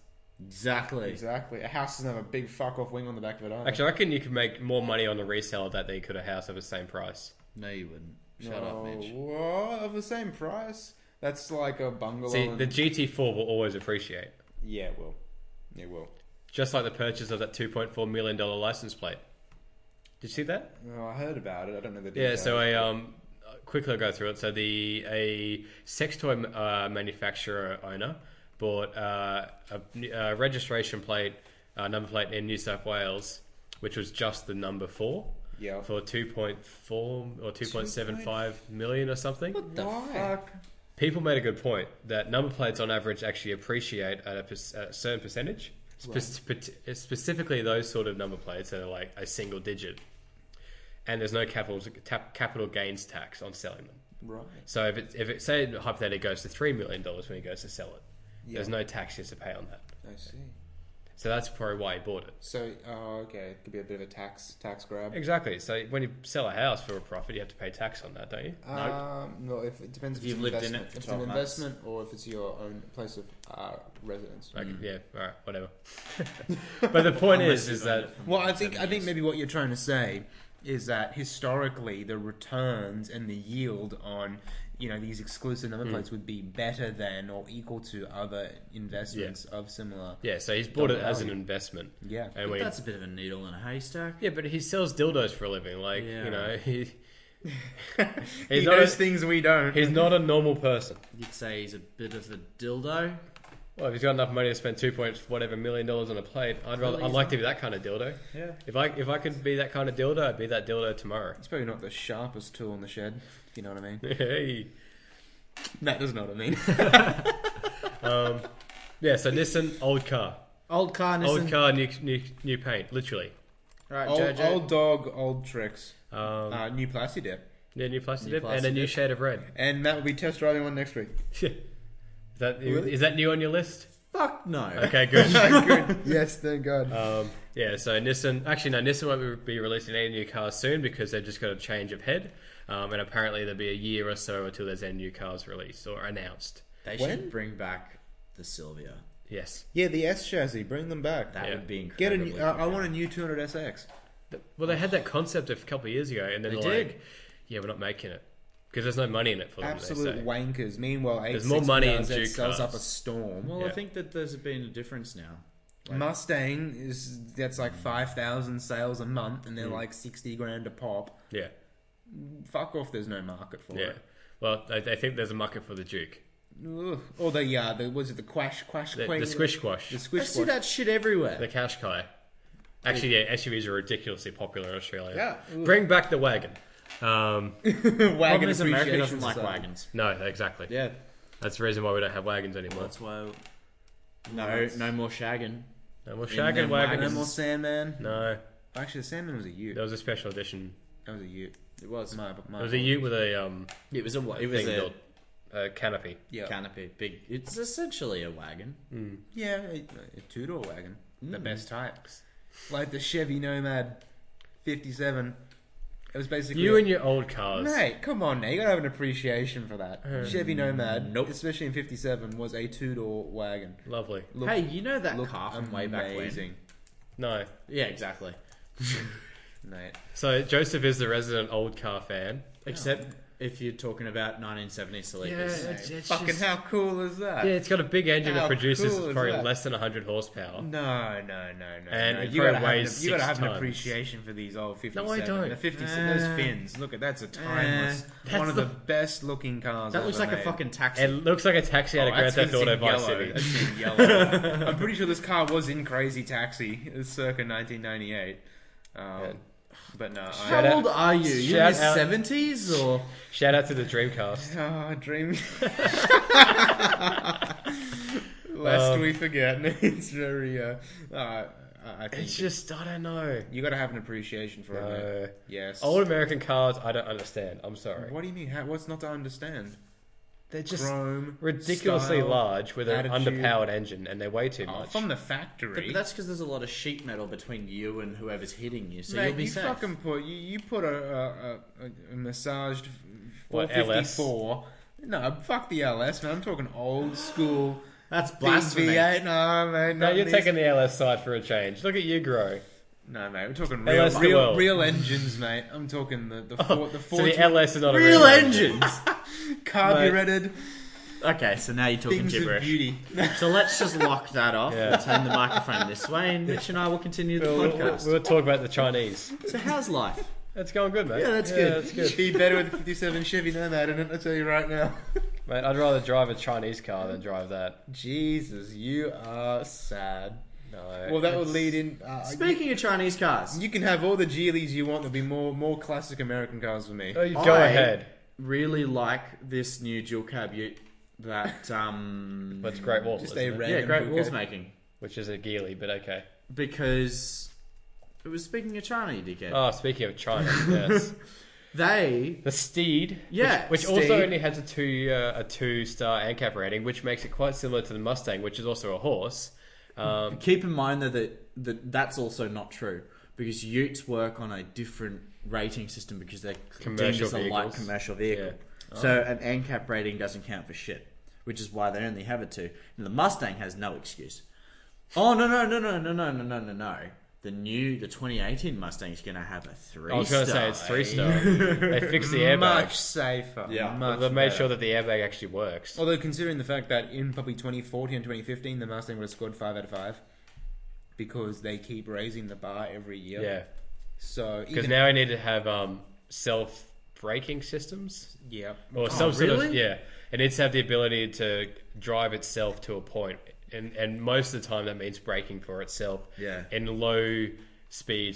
Exactly. Exactly. A house doesn't have a big fuck off wing on the back of it either. Actually, I reckon you could make more money on the resale of that than you could a house of the same price. No, you wouldn't. Shut up, No, Mitch. what? Of the same price? That's like a bungalow. See, and- the GT4 will always appreciate. Yeah, it will. It will. Just like the purchase of that $2.4 million license plate. Did you see that? Oh, I heard about it. I don't know the Yeah, details. so I um, quickly I'll go through it. So the a sex toy uh, manufacturer owner bought uh, a, a registration plate, uh, number plate in New South Wales, which was just the number four Yeah. for 2.4 or 2.75 million or something. What the Why? fuck? People made a good point that number plates on average actually appreciate at a, per- a certain percentage. Spe- spe- specifically those sort of number plates that are like a single digit, and there's no capital tap, capital gains tax on selling them. Right. So if it if it say hypothetically goes to three million dollars when he goes to sell it, Yeah. there's no tax he has to pay on that. I see. So that's probably why he bought it. So, oh, okay. It could be a bit of a tax tax grab. Exactly. So when you sell a house for a profit, you have to pay tax on that, don't you? Um, no, if it depends If if, it's you've an lived in investment. it for if it's an 12 months. investment or if it's your own place of uh, residence. Like, Yeah. All right. Whatever. but the point is, is that Well, I think I think maybe what you're trying to say is that historically the returns and the yield on you know these exclusive number plates would be better than or equal to other investments of similar. yeah. So he's bought it Double as an value. investment, Yeah. and But we that's a bit of a needle in a haystack. yeah. But he sells dildos for a living. Like Yeah. you know, he He he's not knows a, things we don't. he's not a normal person. You'd say he's a bit of a dildo. Well, if he's got enough money to spend two point whatever million dollars on a plate, I'd rather I'd like to be that kind of dildo. Yeah. If I if I could be that kind of dildo, I'd be that dildo tomorrow. He's probably not the sharpest tool in the shed. If you know what I mean. hey. That does not what I mean. Um, yeah. So Nissan old car, Old car, Nissan. old car, new new, new paint, literally. Right, old, Jojo. old dog, old tricks. Um, Uh, new plasti dip, yeah, new plastic New dip and a plastic new dip. shade of red. and that will be test driving one next week. is that Really? is that new on your list? Fuck no. Okay, good. Good. yes, thank God. Um, yeah, so Nissan. Actually, no, Nissan won't be releasing any new cars soon because they've just got a change of head, um, and apparently there'll be a year or so until there's any new cars released or announced. They When? should bring back the Sylvia. Yes. yeah, the S chassis, bring them back. That Yeah. would be Get a incredible. new, uh, I want a new 200 SX. Th- Well, they had that concept a couple of years ago, and then They they are did. like, "Yeah, we're not making it because there's no money in it for them." they Absolute say. wankers. Meanwhile, There's 86 more money in does, it Duke sells cars. up a storm. Well, Yeah. I think that there's been a difference now. Like- Mustang is that's like five thousand sales a month, Mm. and they're like sixty grand a pop. yeah, Fuck off! There's no market for yeah. it. Well, I, I think there's a market for the Duke, Ugh. Or the uh, the was it the quash quash the, queen? the squish quash, the I squish see squash. that shit everywhere. the cash guy. Actually, yeah, SUVs are ridiculously popular in Australia. Yeah. bring back the wagon. Um, Problem wagon is America appreciation doesn't like society. wagons. no, exactly. Yeah, That's the reason why we don't have wagons anymore. that's why. No, no more shagging. No more In shagging them wagons. No more Sandman. No, Actually, the Sandman was a Ute. there was a special edition. That was a Ute. It was. My, my It was a fault. Ute with a um, It was a. wa- It was thing a built, a canopy. Yeah. canopy. Big. It's essentially a wagon. Yeah, a, a two door wagon. The best types. Like the Chevy Nomad 57. It was basically. You and your old cars. Mate, come on now. You gotta have an appreciation for that. Chevy Nomad, nope. especially in 57, was a two door wagon. Lovely. Look- hey, you know that looked car from way back when? amazing. No. Yeah, exactly. Mate. So Joseph is the resident old car fan. Except if you're talking about 1970 Celicas. Fucking how cool is that? yeah, it's got a big engine How that Mm. produces cool is probably that? less than 100 horsepower. No, no, no, no. Oh. And no. it you gotta probably have, an, weighs you gotta six have an tons. appreciation for these old 57. don't. Eh. The 57, Uh, those fins. Look at that's a timeless, that's one of the, the- best looking cars. That looks ever like made. a fucking taxi. It looks like a taxi out Oh, of Grand that's Theft it's Auto in Vice yellow. City. That's in yellow. I'm pretty sure this car was in Crazy Taxi, It was circa 1998. Um, But no, I, Shout how old out- are you? You in shout your out- seventies or Shout out to the Dreamcast. Ah, dream. Lest Um, we forget, it's very. Uh, uh, I I think It's just I don't know. you got to have an appreciation for it. No. mate. Yes. Old American cars, I don't understand. I'm sorry. What do you mean? How, what's not to understand? They're just Chrome, ridiculously style, large with an attitude. underpowered engine, and they weigh too Oh, much. from the factory. But that's because there's a lot of sheet metal between you and whoever's hitting you, so Mate, you'll be you safe. fucking put you, you put a a, a, a massaged four What, LS? fifty four. No, fuck the LS, man. I'm talking old school That's blasphemy. V8. No, mate. no, not you're these- taking the LS side for a change. Look at you grow. No, mate. We're talking real, LS the real, world. real engines, mate. I'm talking the the four, the So four the LS is not a Real real engines. carbureted okay, so now you're talking things of gibberish. beauty. So let's just lock that off Yeah. and turn the microphone this way, and Mitch and I will continue the We'll, we'll, podcast. we'll talk about the Chinese. So how's life? That's going good, mate. Yeah, that's yeah, good. That's good. Be better with a 57 Chevy Nomad in it. I tell you right now. Mate, I'd rather drive a Chinese car than drive that. Jesus, you are sad. No. Well, that would lead in. Uh, Speaking of Chinese cars, You can have all the Geelys you want. There'll be more more classic American cars for me. Oh, you go I- ahead. really like this new dual cab Ute that um That's Great Wall. Just isn't a it? red- yeah, Random Great dual Wall's cab. making. which is a Geely, but okay. because it was speaking of China, you dickhead. Oh, speaking of China, yes, They the Steed, Yeah, which, which Steed. also only has a two uh, a two star ANCAP rating, which makes it quite similar to the Mustang, which is also a horse. Um, keep in mind though that, that that's also not true because Utes work on a different rating system because they're Commercial deemed as a light vehicles. commercial vehicle. Yeah. Oh. So an ANCAP rating doesn't count for shit, which is why they only have a two. And the Mustang has no excuse. Oh no no no no no no no no no no. The new the 2018 Mustang is going to have a three. I was going to say it's three star. they fixed the Much airbag. safer. Yeah. Much they made better. Oh, sure that the airbag actually works. Although considering the fact that in probably 2014 and 2015, the Mustang would have scored five out of five because they keep raising the bar every year. Yeah, So because even now I need to have um, self braking systems yeah, Oh, or some sort of really? yeah. It needs to have the ability to drive itself to a point, and and most of the time that means braking for itself. Yeah. in low speed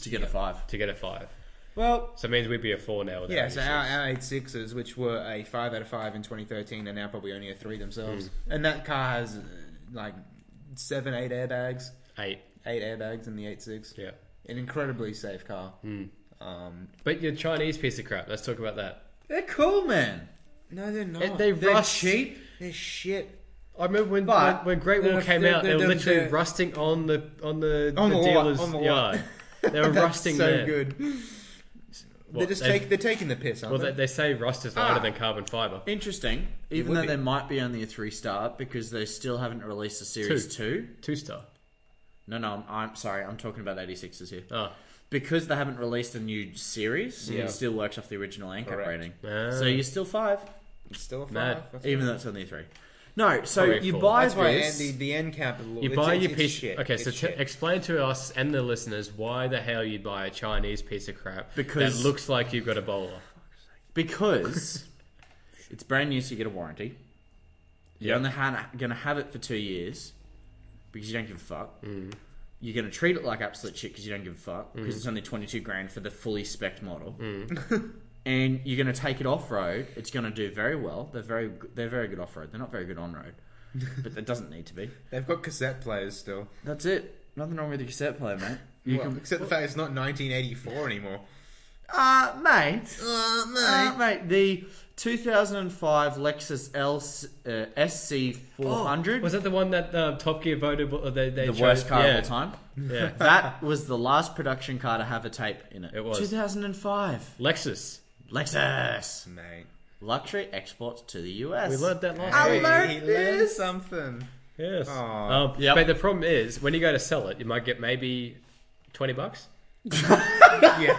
to get a five. to get a five. well, So it means we'd be a four now. yeah. So our, our eight sixes, which were a five out of five in 2013, are now probably only a three themselves. Hmm. And that car has uh, like seven, eight airbags, eight. eight airbags in the eight six. Yeah, An incredibly safe car. Hmm. Um, but your Chinese piece of crap. Let's talk about that. They're cool, man. no, they're not. they they're rust. cheap. They're shit. I remember when But- when, when Great They're- Wall came they're- out, they they're- were they're- literally they're- rusting on the on the, On the the lot, dealer's on the lot. yard. They were That's rusting so there. good. Well, they're just they've- take, they're taking the piss, aren't Well, they? they, they say rust is lighter Ah. than carbon fiber. Interesting. Even would though be. they might be only a three star because they still haven't released a series two. Two star. No, no, I'm, I'm sorry. I'm talking about 86s here. Oh. Because they haven't released a new series, Yeah. it still works off the original ANCAP Correct. rating. Ah. So you're still five, It's still a five. No. That's even fine. though it's only a three. No, so Probably you four. buy that's why this. Andy, the end cap. You it's- buy it's- your it's piece. Shit. Okay, so It's t- shit. explain to us and the listeners why the hell you'd buy a Chinese piece of crap Because- that looks like you've got Ebola. because it's brand new, so you get a warranty. You're Yeah. only ha- going to have it for two years because you don't give a fuck. You're going to treat it like absolute shit because you don't give a fuck because it's only 22 grand for the fully spec model. Mm-hmm. and you're going to take it off road. It's going to do very well. They're very g- they're very good off road. They're not very good on road, but that doesn't need to be. they've got cassette players still. That's it. Nothing wrong with the cassette player, mate. You Well, can except the fact it's not 1984 anymore. uh mate. Uh, Um, Uh, mate, the 2005 Lexus L uh, SC 400, Was that the one that uh, Top Gear voted? uh, They, they the chose? worst car yeah. of all time. Yeah. That was the last production car to have a tape in it. It was. 2005 Lexus. Lexus mate. luxury exports to the US. We learned that last I week. love- learned he learned this. something. Yes. Aw. Um, Yep. But the problem is, when you go to sell it, you might get maybe 20 bucks. yeah.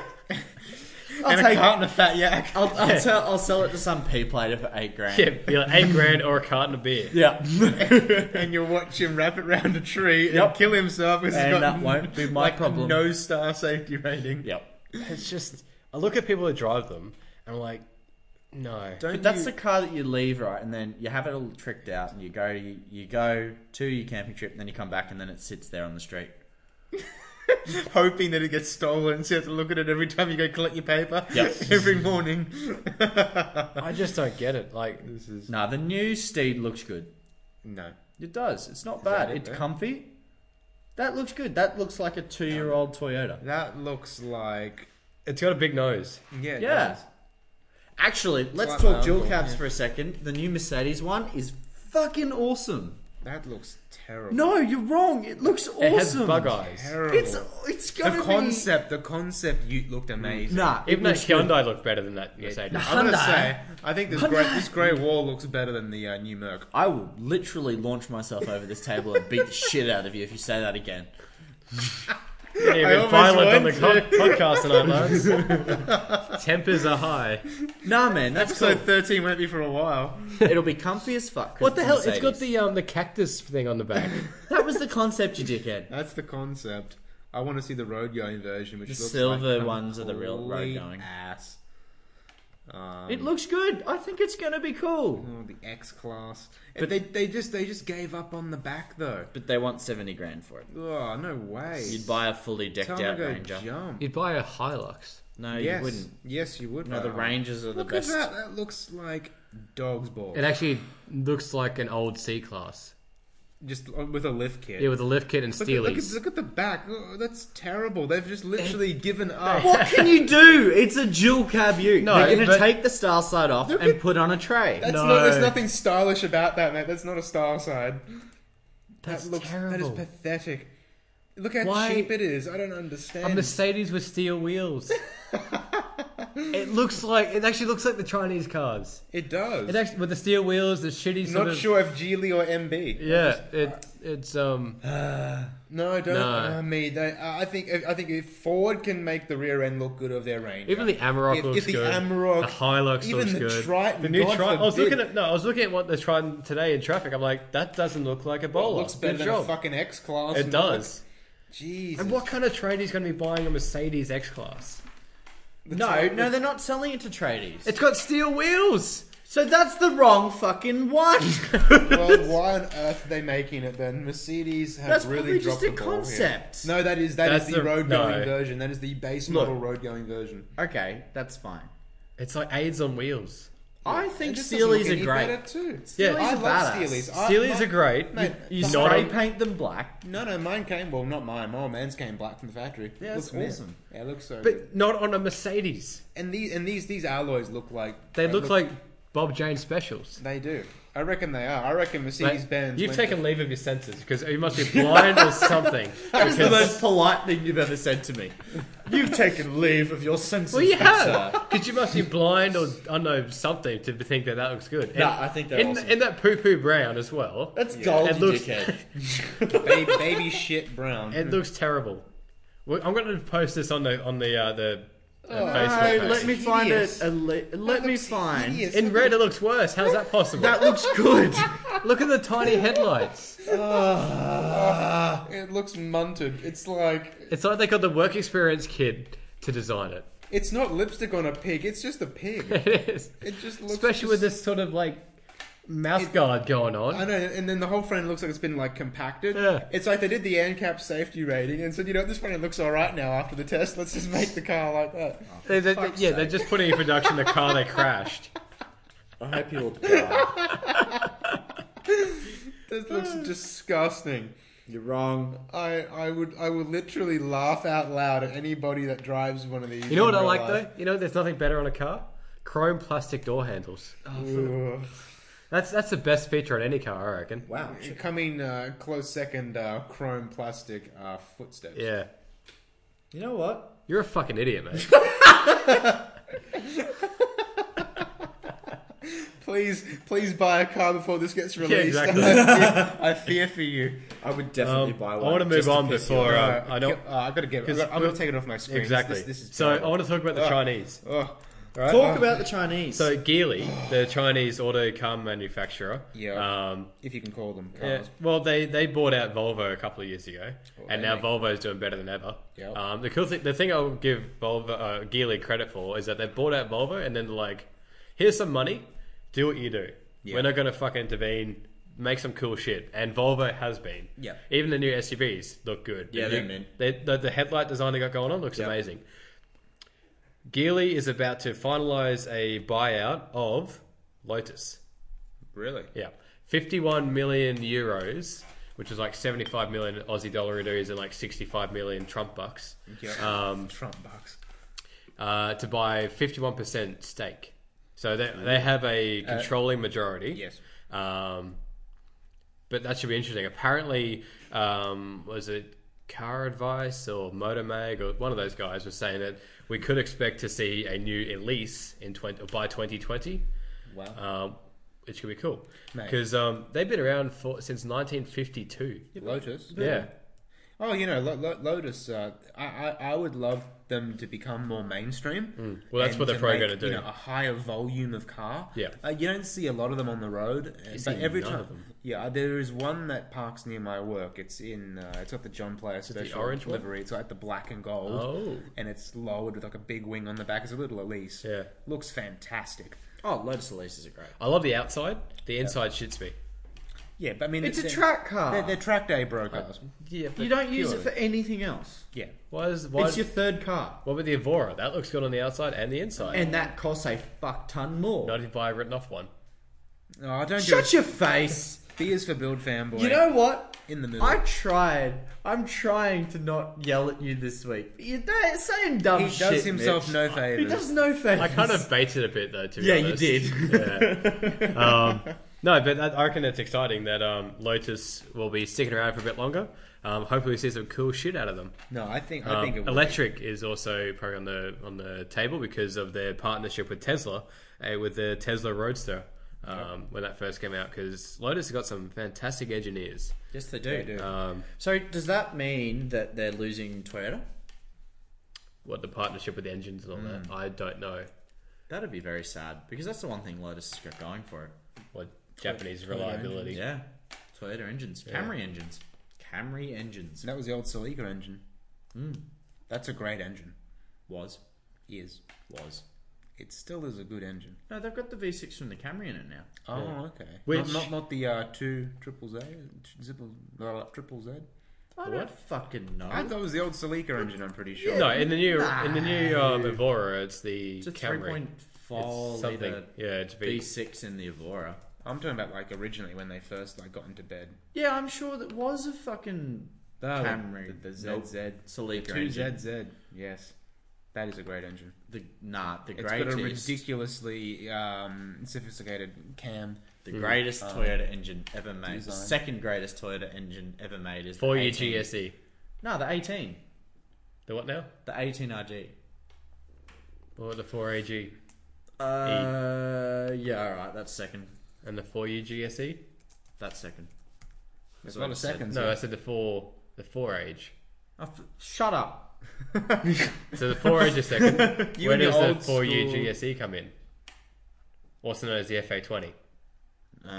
I'll and take. a carton of fat yak. I'll, I'll, tell, I'll sell it to some pea plater for eight grand. Yeah, be like eight grand or a carton of beer. yeah. and you'll watch him wrap it round a tree and Yep. kill himself because he's And got that won't be my like, problem. No star safety rating. yep. It's just, I look at people that drive them and I'm like, no. Don't But that's you- the car that you leave, right? And then you have it all tricked out, and you go, you, go to your camping trip, and then you come back, and then it sits there on the street. hoping that it gets stolen, so you have to look at it every time you go collect your paper. Yep. every morning. I just don't get it. Like, This is Nah, the new Steed looks good. no. It does. It's not that bad. it, It's man? comfy. That looks good. That looks like a two-year-old Toyota. That looks like it's got a big nose. yeah. it Yeah. does. Actually, let's like my talk dual uncle, cabs yeah. for a second. The new Mercedes one is fucking awesome. That looks terrible. No, you're wrong. It looks awesome. It has bug eyes. terrible. It's it's the gonna concept. The concept you looked Be... amazing. Nah, Even it though looks good. Hyundai looked better than that Mercedes. Nah. I'm gonna Hyundai. say, I think this grey, Hyundai. this grey wall looks better than the uh, new Merc. I will literally launch myself over this table and beat the shit out of you if you say that again. You're I even almost violent on the went co- podcast tonight, Lance. Tempers are high. Nah, man, that's So cool. 13 won't be for a while. It'll be comfy as fuck. 'cause What the hell? Mercedes. It's got the um the cactus thing on the back. That was the concept, you dickhead. That's the concept. I want to see the road going version, which The looks silver like ones are the real road complete going. ass. Um, It looks good. I think it's gonna be cool. oh, the X class, but they they just they just gave up on the back though. But they want seventy grand for it. Oh no way! You'd buy a fully decked Tell 'em out to go Ranger. jump. You'd buy a Hilux. No, yes, you wouldn't. yes, you would. No, the buy one. Rangers are the Look best. at that. That looks like dog's ball. It actually looks like an old C class. just with a lift kit. Yeah, with a lift kit and Look at, look, Steely's. at, look at the back. Oh, that's terrible. They've just literally given up. What can you do? It's a dual cab ute. No, They're going to but- take the star side off Look and at- put on a tray. That's No. not, there's nothing stylish about that, mate. That's not a style side. That's that looks that is terrible. pathetic. Look how Why- cheap it is. I don't understand. a Mercedes with steel wheels. it looks like it actually looks like the Chinese cars. It does. It actually with the steel wheels, the shitty sort not of. sure if Geely or MB. Yeah, it it's um. No, don't. No. I mean, they, I I think I think if Ford can make the rear end look good of their range. Even the Amarok If- looks if the good. Amarok- the Hilux even looks the good. Triton, the new God Triton. I was forbid. looking at no, I was looking at what the Triton today in traffic. I'm like, that doesn't look like Well, a it bowler. looks better good than job. a fucking X class. It does. Jesus. And what kind of trade is going to be buying a Mercedes X Class? The no, type- no, they're not selling it to tradies. It's got steel wheels. So that's the wrong fucking one. well, why on earth are they making it then? Mercedes have That's really probably dropped just a the ball here. concept. No, that is that is That's the the- road no. going version. That is the base Look. model road going version. Okay, that's fine. It's like AIDS on wheels. I It think just doesn't look Steelies any are great. better too. Yeah. Steelies I are love badass. Steelies. I- Steelies my- are great. Uh, Mate, You my- Not spray on- paint them black. No, no, mine came. Well, not mine. My old man's came black from the factory. Yeah, looks that's mint. awesome. Yeah, it looks so. good. But not on a Mercedes. And these and these these alloys look like They look, like Bob Jane specials. they do. I reckon they are. I reckon Mercedes Like, Benz. you've went taken to- leave of your senses because you must be blind or something. That is the because- most polite thing you've ever said to me. You've taken leave of your senses. Well, you good have sir. because you must be blind or I don't know something to think that that looks good. And, No, I think they're in, awesome. in that poo poo brown as well. That's It gold, you looks- dickhead. baby, baby shit brown. It looks terrible. Well, I'm going to post this on the on the uh, the uh, Facebook. No, page. let me find Hideous. it. a li- Let That me looks find. hideous. In red, it looks worse. How's that possible? That looks good. Look at the tiny headlights. Ah, it looks munted. It's like It's like they got the work experience kid to design it. it's not lipstick on a pig. It's just a pig. It is, It just looks. especially with just- this sort of like mouth guard going on. I know, and then the whole frame looks like it's been like compacted. Yeah. It's like they did the ANCAP safety rating and said, you know, this frame looks all right now after the test. Let's just make the car like that. They- they- fuck's yeah, they're just putting in production the car they crashed. I hope you all die. This looks disgusting. You're wrong. I, I would I would literally laugh out loud at anybody that drives one of these. You know what I like though? You know, there's nothing better on a car. Chrome plastic door handles. though? That's that's the best feature on any car, I reckon. Wow. Coming uh, close second, uh, chrome plastic uh, footsteps. Yeah, You know what? you're a fucking idiot, mate. Please, please buy a car before this gets released. exactly. I, fear, I fear for you. I would definitely Um, buy I one. wanna move just on piss before, you off. uh, I don't- Uh, I gotta get. 'Cause- I'm gonna take it off my screen. exactly. This, this is so I terrible. want to talk about the Ah. Chinese. Ugh. uh, Right? Talk about the Chinese. So Geely, the Chinese auto car manufacturer, Yeah. um, if you can call them yeah, cars. Oh, well they, they bought out Volvo a couple of years ago, and they now make- Volvo's doing better than ever. Yeah. Um, the cool thing, the thing I'll give Volvo uh, Geely credit for is that they bought out Volvo, and then they're like, here's some money, do what you do. Yeah. We're not going to fucking intervene. Make some cool shit, and Volvo has been. Yeah. Even the new SUVs look good. Yeah, The they're new- mint. they- the, the headlight design they got going on looks Yep. amazing. Geely is about to finalize a buyout of Lotus. Really? Yeah. 51 million euros, which is like 75 million Aussie dollar it is and like 65 million Trump bucks, um, Trump bucks. uh, to buy 51% stake. So they, they have a Uh, controlling majority. yes. Um, but that should be interesting. Apparently, um, was it Car Advice or Motormag or one of those guys was saying that we could expect to see a new Elise in 20, by 2020, Wow. um, which could be cool Mate. because um, they've been around for, since 1952. Lotus. Yeah, Oh, you know, Lo- Lo- Lotus. Uh, I, I I would love them to become more mainstream. Mm. Well, that's and what they're to probably make, gonna do. You know, a higher volume of car. Yeah. Uh, you don't see a lot of them on the road. uh, see But every none time, of them. yeah, uh, there is one that parks near my work. It's in. Uh, it's got the John Player special orange one? livery. It's like the black and gold. Oh. And it's lowered with like a big wing on the back. It's a little Elise. Yeah. Looks fantastic. oh, Lotus Elises are great. I love the outside. The inside shits me. Yeah, but I mean, It's a they're- track car. They're, they're track day bro cars. Yeah, you don't use it for anything else. Yeah. Why is why? It's your third car, what with the Evora? That looks good on the outside and the inside. and that costs a fuck ton more. not if I written off one. No, Oh, I don't do Shut your face. B is for build fanboy. You know what? in the middle. I tried. I'm trying to not yell at you this week. But you're da- saying dumb he Oh, shit. does himself Mitch. no favors. He does no favors. I kind of baited a bit though. To be Yeah, you honest. did. Um, no, but that, I reckon it's exciting that um, Lotus will be sticking around for a bit longer. Um, hopefully, we see some cool shit out of them. No, I think I Um, think it will. electric is also probably on the on the table because of their partnership with Tesla, uh, with the Tesla Roadster um, when that first came out. Because Lotus has got some fantastic engineers. Yes, they do. They do. Um, So does that mean that they're losing Toyota? what the partnership with the engines and all that? I don't know. That'd be very sad because that's the one thing Lotus has got going for it. What Japanese reliability? Yeah, Toyota engines, Camry engines, Camry engines that was the old Celica engine. Hmm. That's a great engine. was Is was. it still is a good engine? No, they've got the V6 from the Camry in it now. Oh, okay. Which- not, not not the uh, two triple Z, triple, uh, triple Z. I What? don't fucking know. I thought it was the old Celica engine. I'm pretty sure. No, in the new in the new um, Evora, it's the it's a Camry. 3.4 It's something. liter Yeah, it's V. V6 in the Evora. I'm talking about like originally when they first like got into bed. Yeah, I'm sure that was a fucking The, Camry. the, the ZZ, Nope. the Celica two engine. ZZ. Yes, that is a great engine. The, nah, the It's got a greatest, ridiculously um, sophisticated cam. the greatest um, Toyota engine ever made. The design. second greatest Toyota engine ever made is the Four year 18. GSE. No, the 18, The what now? the 18 RG. Or the four AG Uh, yeah, all right, that's second. and the four year GSE? That's second. That's There's a what lot I of said. seconds. E? No, I here. said the four the four age. Oh, f- shut up. So the four age is second. You Where and your does the old four year school- GSE E come in? Also known as the FA twenty.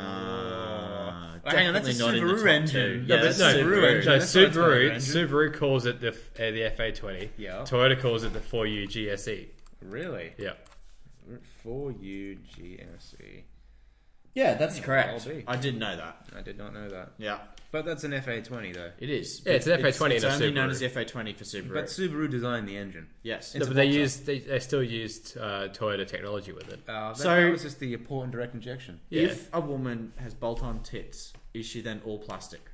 Uh, Well, hang on, that's a definitely not in the Subaru top engine. two. No, Yeah, but that's no, Subaru No, engine. that's not a Subaru Toyota engine. Subaru calls it the f- uh, the FA twenty. Yeah. Toyota calls it the four year GSE. really E. Yeah. for U G S E. Yeah, that's correct. LB. I did know that. I did not know that. Yeah, But that's an FA twenty though. it is. Yeah, it's an FA20 It's, and a only Subaru. known as FA20 for Subaru. But Subaru designed the engine. yes. No, a but they boxer. used they, they still used uh, Toyota technology with it. Uh, that, So- that was just the port and direct injection. Yeah. If a woman has bolt-on tits, is she then all plastic?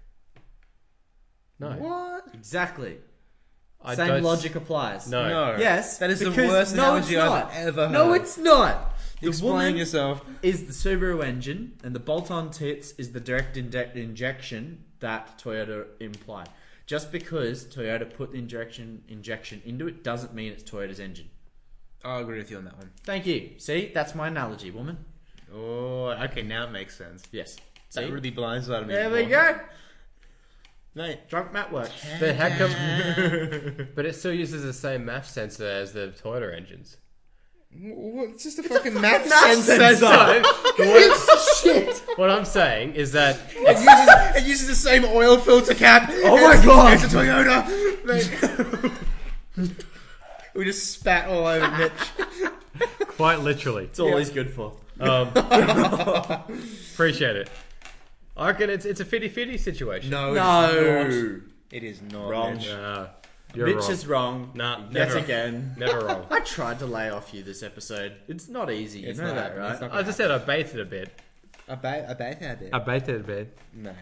No. What? Exactly. I Same don't- logic applies. No. No. Yes. That is the because- worst no, analogy it's I've not. ever heard. No, it's not. The Explain woman yourself. is the Subaru engine, and the bolt-on tits is the direct inje- injection that Toyota implied. Just because Toyota put the injection injection into it doesn't mean it's Toyota's engine. I agree with you on that one. Thank you. See, that's my analogy, woman. Oh, okay, now it makes sense. Yes. That See? really blindsided me. there we more. go. Mate, Drunk Matt works. But how come? but it still uses the same math sensor as the Toyota engines. Well, it's just a fucking math math sensor. sensor. It's shit. What I'm saying is that It uses, it uses the same oil filter cap. Oh my God. It's a Toyota. Mate. we just spat all over Mitch. quite literally. That's all he's good for. Um, appreciate it. I reckon it's it's a 50-50 situation. No, No. It is not. It is not Wrong. Mitch. Nah, you're Mitch wrong. is wrong. Nah, Yet never. again. never wrong. I tried to lay off you this episode. It's not easy. You It's know not that, happening. right? It's not- I just said I baited a bit. A ba- a bath out there. baited a bit. Mate.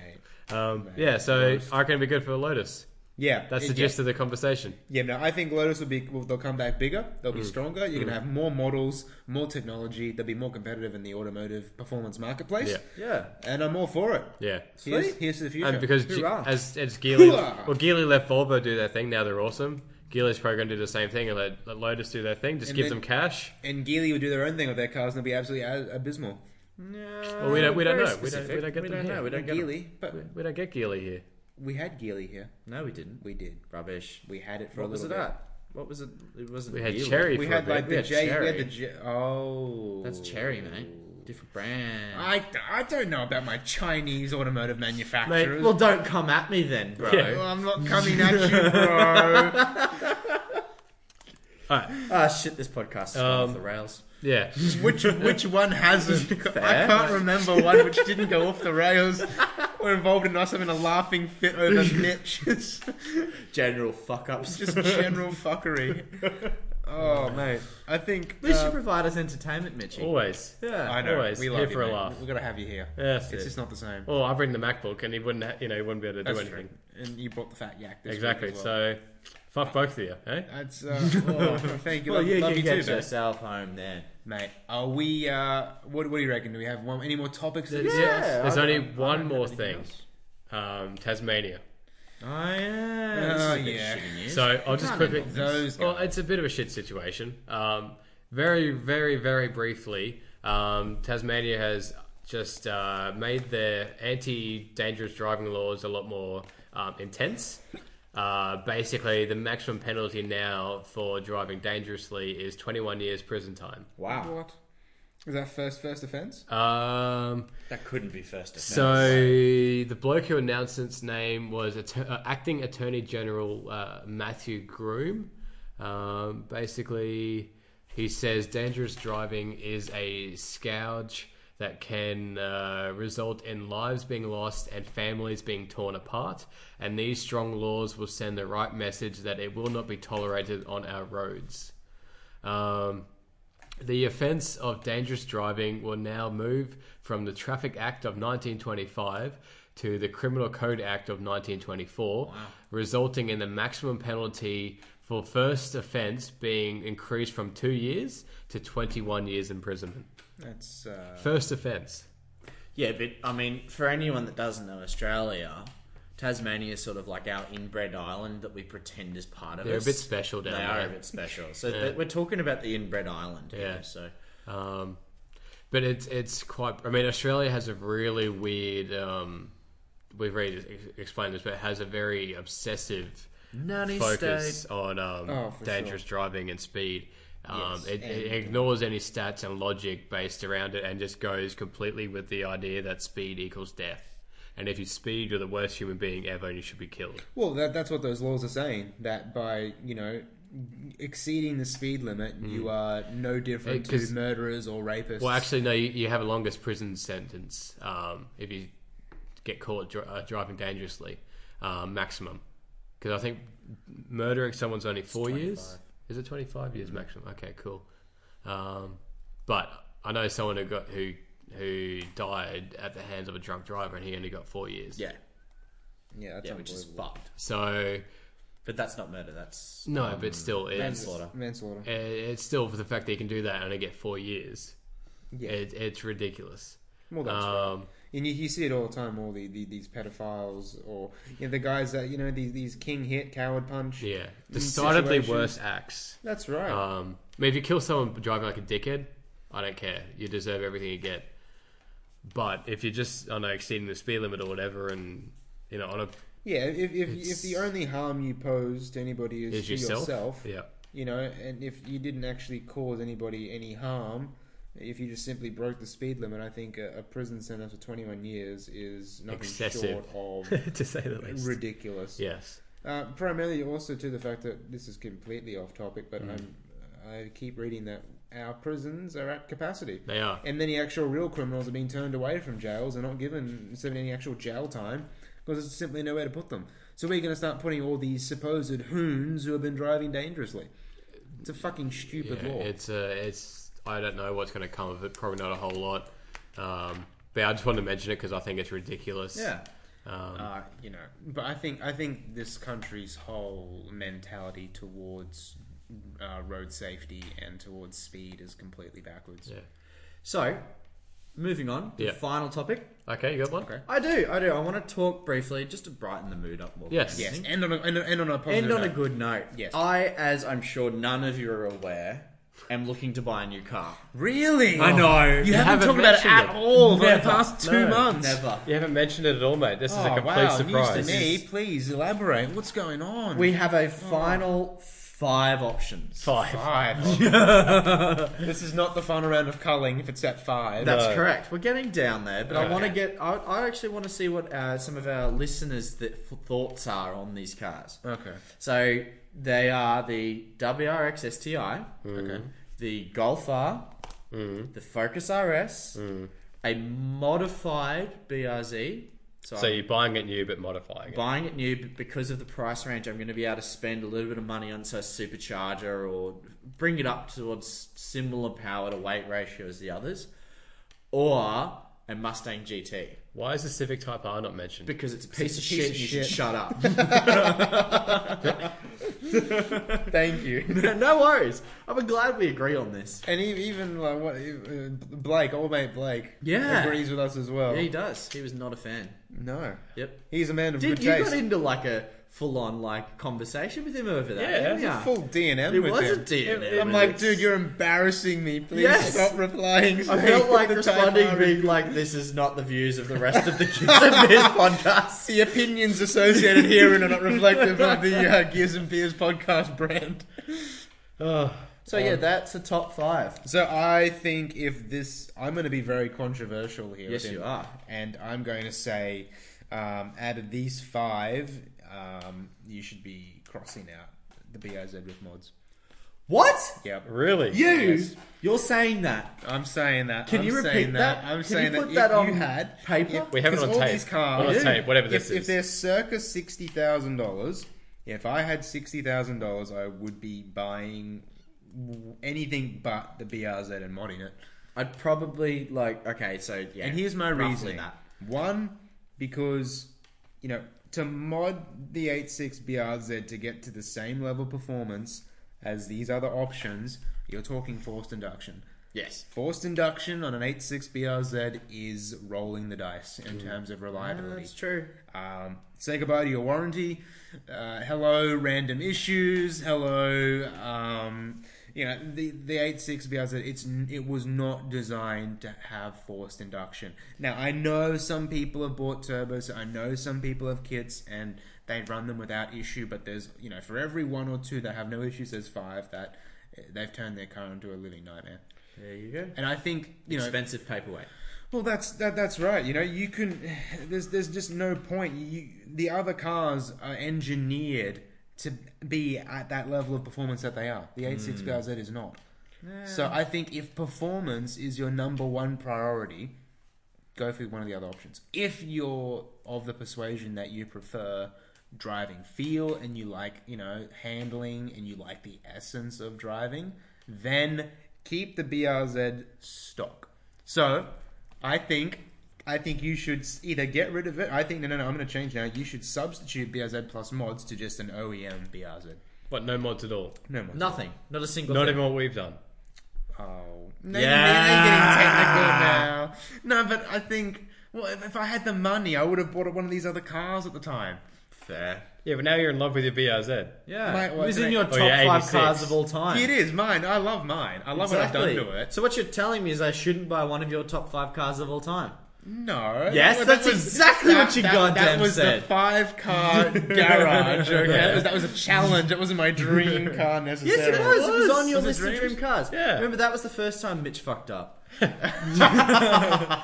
Um, yeah, so I reckon it'd be good for Lotus. Yeah, That's it- the gist of the conversation. Yeah, no, I think Lotus will be. Well, they'll come back bigger. They'll Mm. be stronger. You're gonna have more models, more technology. They'll be more competitive in the automotive performance marketplace. Yeah. Yeah. and I'm all for it. Yeah. Here's, Sweet. here's to the future. And because G- Hoorah. as as Geely, Hoorah. well, Geely let Volvo do their thing. Now they're awesome. Geely's probably going to do the same thing and let, let Lotus do their thing. Just And give then- them cash. and Geely would do their own thing with their cars, and they'll be absolutely a- abysmal. Well, Well, we don't- we don't know. We don't- we don't get we them don't here. know. We don't get them. Geely, but We- We don't get Geely here. we had Geely here. No, we didn't. We did. Rubbish. We had it for What a was little it bit. at? What was it? It wasn't. We had Geely. cherry. We for a had bit. like We the had J. We Cherry. had the J. Oh, That's cherry, mate. Different brand. I, I don't know about my Chinese automotive manufacturers. well, don't come at me then, bro. Well, I'm not coming at you, bro. All right. Ah, shit. This podcast is gone Um, off the rails. Yeah. Which which one hasn't? I Fair. can't remember one which didn't go off the rails. We're involved in us having a laughing fit over Mitch. It's General fuck ups. just general fuckery. Oh, mate. I think. At least uh, you provide us entertainment, Mitchie. Always. yeah. I know. always we here love you, for a mate. laugh. We've got to have you here. Yeah, that's It's it. just not the same. Well, I bring the MacBook, and he wouldn't, ha- you know, he wouldn't be able to That's do true. anything. And you brought the fat yak. This Exactly. Week as well. So, fuck both of you, eh? That's uh, well, thank you. well, love, you love can you get too, mate. yourself home then. mate. Are we? Uh, what, what do you reckon? Do we have one? Any more topics? to There's- discuss? there's I- only I don't one have more anything thing. else. Um, Tasmania. Oh yeah. This Oh, is a bit yeah. shitty news. So I'll You just can't quickly. involve this. Those Well, guys. it's a bit of a shit situation. Um, very, very, very briefly, um, Tasmania has just uh, made their anti-dangerous driving laws a lot more um, intense. Uh, basically, the maximum penalty now for driving dangerously is 21 years prison time. Wow. What? Is that first first offense? Um, That couldn't be first offense. so the bloke who announced its name was att- uh, acting Attorney General uh, Matthew Groom. Um, basically, he says dangerous driving is a scourge that can uh, result in lives being lost and families being torn apart. And these strong laws will send the right message that it will not be tolerated on our roads. Um, the offence of dangerous driving will now move from the Traffic Act of 1925 to the Criminal Code Act of 1924, resulting in the maximum penalty for first offence being increased from two years to 21 years imprisonment. That's uh, First offence. Yeah, but I mean, for anyone that doesn't know Australia, Tasmania is sort of like our inbred island that we pretend is part of They're a us. bit special They down are there. a bit special. So th- we're talking about the inbred island. Here, Yeah. So Um, but it's it's quite. I mean, Australia has a really weird. Um, we've already ex- explained this, but it has a very obsessive Nanny focus state. on um, Oh, for dangerous driving and speed. Um, Yes, it, it and- ignores any stats and logic based around it, and just goes completely with the idea that speed equals death. And if you speed, you're the worst human being ever, and you should be killed. well, that, that's what those laws are saying. That by you know exceeding the speed limit, you are no different Yeah, Mm. 'cause- to murderers or rapists. Well, actually, no. You, you have a longest prison sentence um, if you get caught dri- uh, driving dangerously, um, maximum. Because I think murdering someone's only four years. Is it twenty five Mm-hmm. years maximum? Okay, cool. Um, but I know someone who got who who died at the hands of a drunk driver, and he only got four years. yeah, yeah, that's yeah, which is unbelievable. fucked. So But that's not murder. That's no, Um, but still, it's manslaughter. manslaughter. it- it's still for the fact that you can do that and only get four years. Yeah. It, it's ridiculous. Well, that's right. Um, And you, you see it all the time, all the, the these pedophiles or you know, the guys that you know these these king hit coward punch. yeah, decidedly situations. worse acts. That's right. Um, I mean, if you kill someone driving like a dickhead, I don't care. You deserve everything you get. But if you're just, I don't know, exceeding the speed limit or whatever, and you know, on a yeah, if if, if it's- the only harm you pose to anybody is, is to yourself, yourself, yeah, you know, and if you didn't actually cause anybody any harm, if you just simply broke the speed limit, I think a, a prison sentence of 21 years is nothing Excessive. short of to say the least. ridiculous. Yes, Uh, primarily also to the fact that this is completely off topic, Mm. but I'm, I keep reading that our prisons are at capacity. they are. And many actual real criminals are being turned away from jails and not given given any actual jail time because there's simply nowhere to put them. So we're going to start putting all these supposed hoons who have been driving dangerously. It's a fucking Yeah, stupid law. it's uh, it's. I don't know what's going to come of it. Probably not a whole lot. Um, but I just wanted to mention it because I think it's ridiculous. Yeah. Um, uh, you know, but I think I think this country's whole mentality towards uh, road safety and towards speed is completely backwards. yeah. So, moving on. to Yeah. The final topic. Okay, you got one. Okay. I do. I do. I want to talk briefly just to brighten the mood up. More than Yes. Yes, anything. and on a, and, and on a positive End on a note. good note. Yes. I, as I'm sure none of you are aware, am looking to buy a new car. Oh. Really, I know. you, haven't, You haven't talked about it mentioned at it. all for the Never. past two No. months. Never. You haven't mentioned it at all, mate. This is a Oh, complete wow, surprise. News to me. Please elaborate. What's going on? We have a final five options. Five. five. this is not the final round of culling. If it's at five, That's No. correct. We're getting down there, but I Okay. want to get. I, I actually want to see what uh, some of our listeners' th- thoughts are on these cars. okay. So they are the WRX STI, Okay. the Golf R, Mm. the Focus RS, a modified BRZ, So, So I'm you're buying it new but modifying it. buying it new, but because of the price range, I'm going to be able to spend a little bit of money on, say, supercharger or bring it up towards similar power to weight ratio as the others, or a Mustang GT Why is the Civic Type R not mentioned? because it's a piece of shit. and you should shit. shut up. Thank you. no worries. I'm glad we agree on this. And e- even like what uh, Blake, old mate Blake, Yeah. agrees with us as well. Yeah, he does. He was not a fan. no, Yep. he's a man of Did good you taste. got into like a full on like conversation with him over that? Yeah, didn't it's a ya? Full D and M. It with was a him. D. I'm like, dude, you're embarrassing me. Please Yes. stop replying. I felt like The Type responding, R- being like, "This is not the views of the rest of the kids of this podcast." The opinions associated herein are not reflective of the uh, Gears and Beers podcast brand. So yeah, that's a top five. So I think if this, I'm going to be very controversial here. Yes, within- you are. And I'm going to say, um, out of these five, um, you should be crossing out the BIZ with mods. What Yep. Really? you? Yes. You're saying that? I'm saying that. Can I'm you repeat saying that? I'm Can saying you put that, that if on you had paper? We have it 'cause on all tape. these cars, On a tape, whatever if, this if is. they're circa sixty thousand dollars, if I had sixty thousand dollars, I would be buying w- anything but the BRZ and modding it. I'd probably like. Okay, so yeah. And here's my roughly reasoning. One, because, you know, to mod the 86 BRZ to get to the same level performance as these other options, you're talking forced induction. Yes. Forced induction on an 86 BRZ is rolling the dice in terms of Mm. reliability. Uh, that's true. Um, say goodbye to your warranty. Uh, hello, random issues. Hello, um, you know the the eight six BRZ. It's n- it was not designed to have forced induction. Now I know some people have bought turbos. I know some people have kits and they run them without issue. But there's you know for every one or two that have no issues, there's five that eh, they've turned their car into a living nightmare. There you go. And I think you know Expensive paperweight. well, that's that, that's right. You know, you can. There's there's just no point. You the other cars are engineered to be at that level of performance that they are. The 86 BRZ is not. So I think if performance is your number one priority, go for one of the other options. If you're of the persuasion that you prefer driving feel and you like, you know, handling and you like the essence of driving, then keep the BRZ stock. So, I think I think you should s- either get rid of it. I think no, no, no. I'm going to change now. You should substitute BRZ plus mods to just an E OEM BRZ. What? No mods at all. No mods. Nothing. Not a single. Not thing. even what we've done. Oh, no, Yeah. yeah. getting technical now. No, but I think well, if, if I had the money, I would have bought one of these other cars at the time. fair. Yeah, but now you're in love with your BRZ. Yeah. Mate, well, it was can in I- your Oh, top yeah, five 86. cars of all time. It is mine. I love mine. I love what I've done to it. So what you're telling me is I shouldn't buy one of your top five cars of all time. No. Yes, Well, that's exactly what you that, goddamn That was said. the five car garage. Okay, Yeah. that, was, that was a challenge. That wasn't my dream car necessarily. Yes, it was. It was on was. your Was it list of dreams? dream cars. Yeah. Remember that was the first time Mitch fucked up.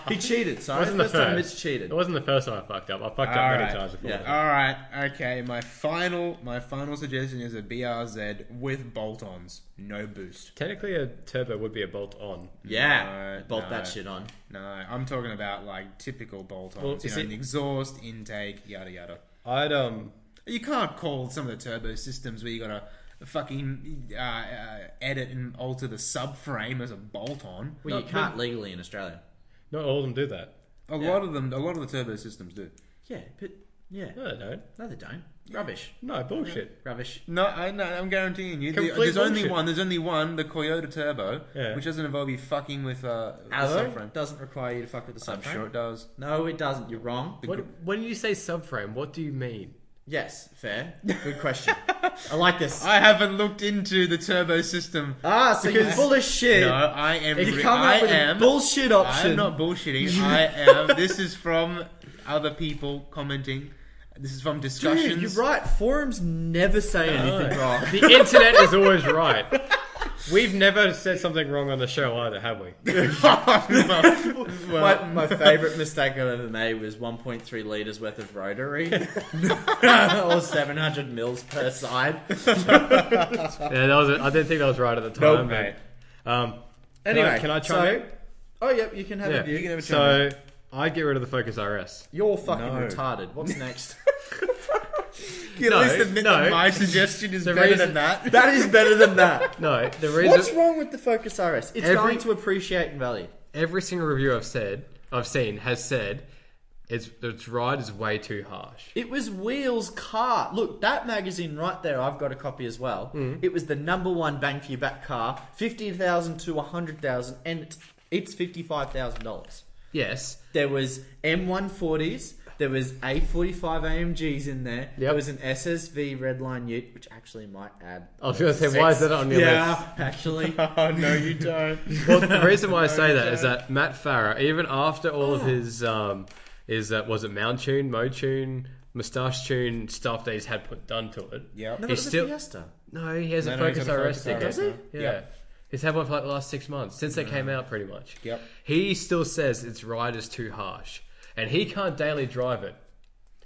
he cheated. Sorry, Wasn't the first time first. Mitch cheated. It wasn't the first time I fucked up. I fucked up All many right. times before. Yeah. All right. Okay. My final, my final suggestion is a BRZ with bolt-ons, no boost. Technically, a turbo would be a bolt on. Yeah, No, bolt no. that shit on. No, I'm talking about like typical bolt-ons. Well, you is know, it- an exhaust, intake, yada yada. I'd um. You can't call some of the turbo systems where you gotta fucking uh, uh, edit and alter the subframe as a bolt-on. Well, you No, can't legally in Australia. Not all of them do that. A lot of them, a lot of the turbo systems do. Yeah, but yeah, No, they don't. no, they don't. Rubbish, No bullshit. rubbish. No, I, no, I'm guaranteeing you. Complete there's only bullshit. one. There's only one. The Toyota Turbo, Yeah. which doesn't involve you fucking with uh, the Allo subframe. doesn't require you to fuck with the I'm subframe. sure it does. No, it doesn't. You're wrong. The What, gr- when you say subframe, what do you mean? Yes, fair. Good question. I like this. I haven't looked into the turbo system. ah, so you're full of shit. No, I am. If you re- come I up with am. a bullshit I am option, not bullshitting. I am. This is from other people commenting. This is from discussions. dude, you're right. Forums never say anything wrong. The internet is always right. We've never said something wrong on the show either, have we? my, my favorite mistake I've ever made was 1.3 liters worth of rotary, or 700 mils per side. Yeah, that was. I didn't think that was right at the Nope, time. but, mate. Um. Anyway, can I so, chime Oh, yep, you can have Yeah. a view. can have a so I'd get rid of the Focus RS. You're fucking No. retarded. What's next? You No, at least admit no. that my suggestion is The better than reason- that. that is better than that. No, the What's reason wrong with the Focus RS? It's Every- going to appreciate in value. every single review I've said, I've seen, has said, it's its ride is way too harsh. It was Wheels car. Look, that magazine right there, I've got a copy as well. Mm. It was the number one bang for your back car, 50000 to 100000 and it's, it's $55,000. Yes, There was M140s, there was A45 AMGs in there, there Yep. was an SSV Redline Ute, which actually might add. I was going to say, why is that on your list? Yeah, actually. Oh no, you don't. Well, the reason why I say that is that Matt Farah, even after all Oh. of his, um, is that was it Mount Tune, Mo Tune, Moustache Tune stuff that he's had put done to it. Yep. No, He's it's a still- Fiesta. No, he has No, a no, he's Focus got a RS Focus sticker. RS now. Yeah. Yep. He's had one for like the last six months since they came out, pretty much. Yep. He still says its ride is too harsh, and he can't daily drive it.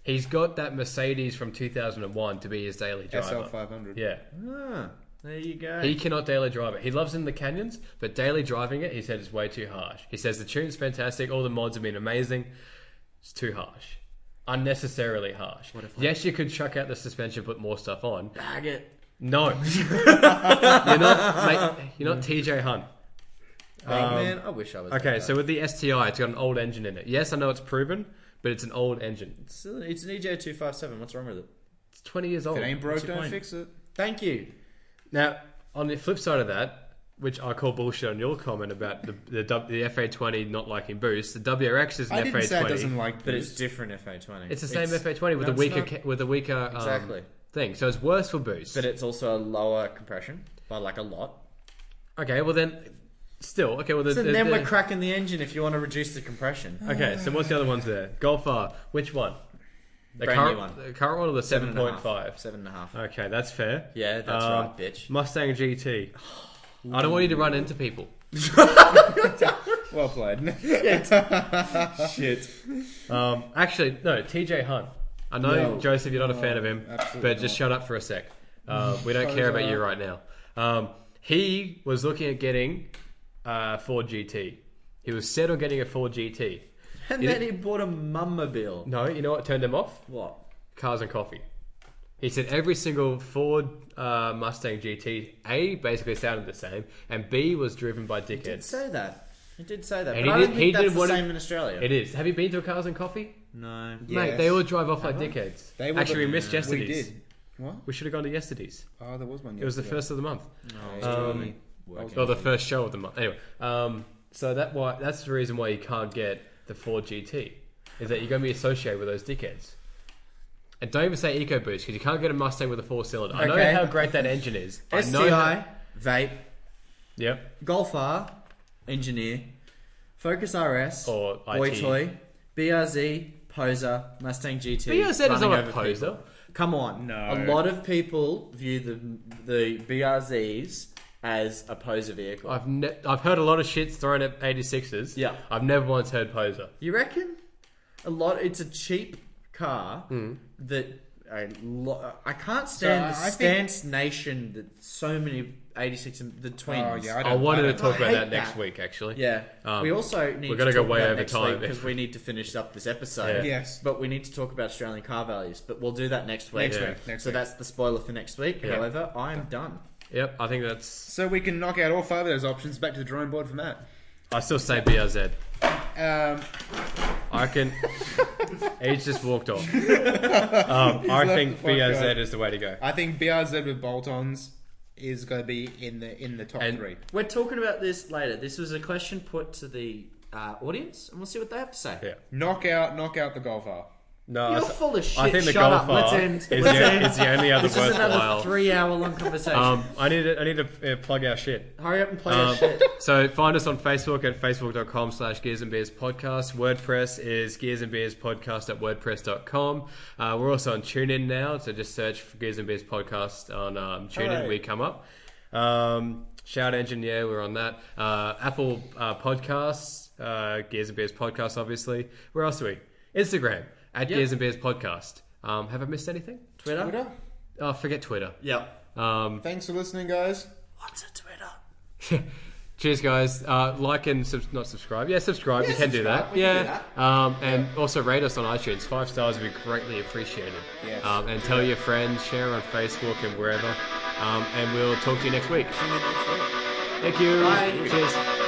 He's got that Mercedes from 2001 to be his daily driver. SL five hundred. Yeah. Ah, there you go. He cannot daily drive it. He loves it in the canyons, but daily driving it, he said, is way too harsh. He says the tune's fantastic, all the mods have been amazing. It's too harsh. Unnecessarily harsh. yes, you could chuck out the suspension, put more stuff on. Bag it. No. you're not mate, you're not TJ Hunt. Oh, man, I wish I was. Okay, that so with the STI, it's got an old engine in it. Yes, I know it's proven, but it's an old engine. It's an E EJ257. What's wrong with it? It's 20 years old. If it ain't broke, What's your don't point? fix it. Thank you. Now, on the flip side of that, which I call bullshit on your comment about the the, W- the FA20 not liking boost, the WRX is an I didn't FA20. say it doesn't like, But it's different FA20. it's the same FA20 with no, a it's weaker not. ca- with a weaker um, Exactly. thing. So it's worse for boost. But it's also a lower compression by like a lot. okay, well then, still okay. Well, the, So the- then the- we're cracking the engine if you want to reduce the compression. okay. So what's the other ones there? Golf R. Which one? The Brand new current one. The current one or the seven Seven and a point half. five? Seven and a half. Okay, that's fair. Yeah, that's Um, right, bitch. Mustang GT. I don't want you to run into people. well played. Shit. Um, actually, no, TJ Hunt. I know, No. Joseph, you're not a fan of him, absolutely but just not. shut up for a sec. Uh, we don't care about you right now. Um, he was looking at getting uh, Ford GT. He was set on getting a Ford GT. And You then he bought a mummobile. No, you know what turned him off? What? Cars and coffee. He said every single Ford uh, Mustang GT, A, basically sounded the same, and B, was driven by He did dickheads. say that. He did say that. And but he I did- don't he think did that's the want to- same in Australia. It is. Have you been to a Cars and Coffee? no. Mate, Yes. Uh-huh. they all drive off like dickheads. They were the- Actually, we missed We yesterday's. did. What? We should have gone to yesterday's. Oh, there was one. It was the yesterday. Oh, first of the month. No. Um, Working. Well, the first show of the month. Anyway, um, so that why that's the reason why you can't get the Ford GT is that you're going to be associated with those dickheads. And don't even say EcoBoost because you can't get a Mustang with a four cylinder. I Okay. know how great that engine is. I know STI, how- vape, Yep. Golf R, engineer, Focus RS, Or IT. Boy Toy, BRZ, Poser, Mustang GT. BRZ is running not a over poser. Come on. No. A lot of people view the the BRZs as a poser vehicle. I've ne- I've heard a lot of shits thrown at 86s. Yeah. I've never once heard poser. you reckon? A lot. It's a cheap car Hmm. that I, lo- I can't stand So, I- the I think- stance nation that so many 86 and the twins. Oh yeah, I, I, don't, wanted I to don't- talk I about hate that next that. week, actually. Yeah. Um, we also need we're to gonna go talk way about over next time. because we need to finish up this episode. Yeah. Yes. But we need to talk about Australian car values. But we'll do that next week. Next Yeah. week, next so week. that's the spoiler for next week. Yeah. However, I'm done. Yep. I think that's. So we can knock out all five of those options. Back to the drawing board for Matt. I still say BRZ. Um, I can. He's just walked off. Um, I left think the fuck BRZ out. is the way to go. Uh, I think BRZ with bolt-ons is going to be in the in the top And- three. We're talking about this later. This was a question put to the uh, audience, and we'll see what they have to say. Yeah. Knock out, knock out the Golf R. No, You're I, full of shit. I think the Shut up. golf Let's bar end. is, Let's the, end. is the only other This is another worthwhile. three-hour-long conversation. um, I need to, I need to uh, plug our shit. Hurry up and play Um, that shit. so find us on Facebook at facebook.com slash Gears and Beers Podcast. WordPress is Gears and Beers Podcast at WordPress.com. Uh, we're also on TuneIn now, so just search for Gears and Beers Podcast on um, TuneIn. Hooray. We come up. Um, Shout Engine, yeah, we're on that. Uh, Apple uh, Podcasts, uh, Gears and Beers Podcast, obviously. Where else are we? Instagram at Gears and Beers Podcast. Um, have I missed anything? Twitter? Twitter. Oh, forget Twitter. Yep. Um, Thanks for listening, guys. What's a Twitter? Cheers, guys. Uh, like and sub- not subscribe. Yeah, subscribe. Yeah, you can do subscribe. that. We can yeah. do Um, and also rate us on iTunes. Five stars would be greatly appreciated. Yes. Um, and tell your friends, share on Facebook and wherever. Um, and we'll talk to you next week. Thank you. Bye. Cheers.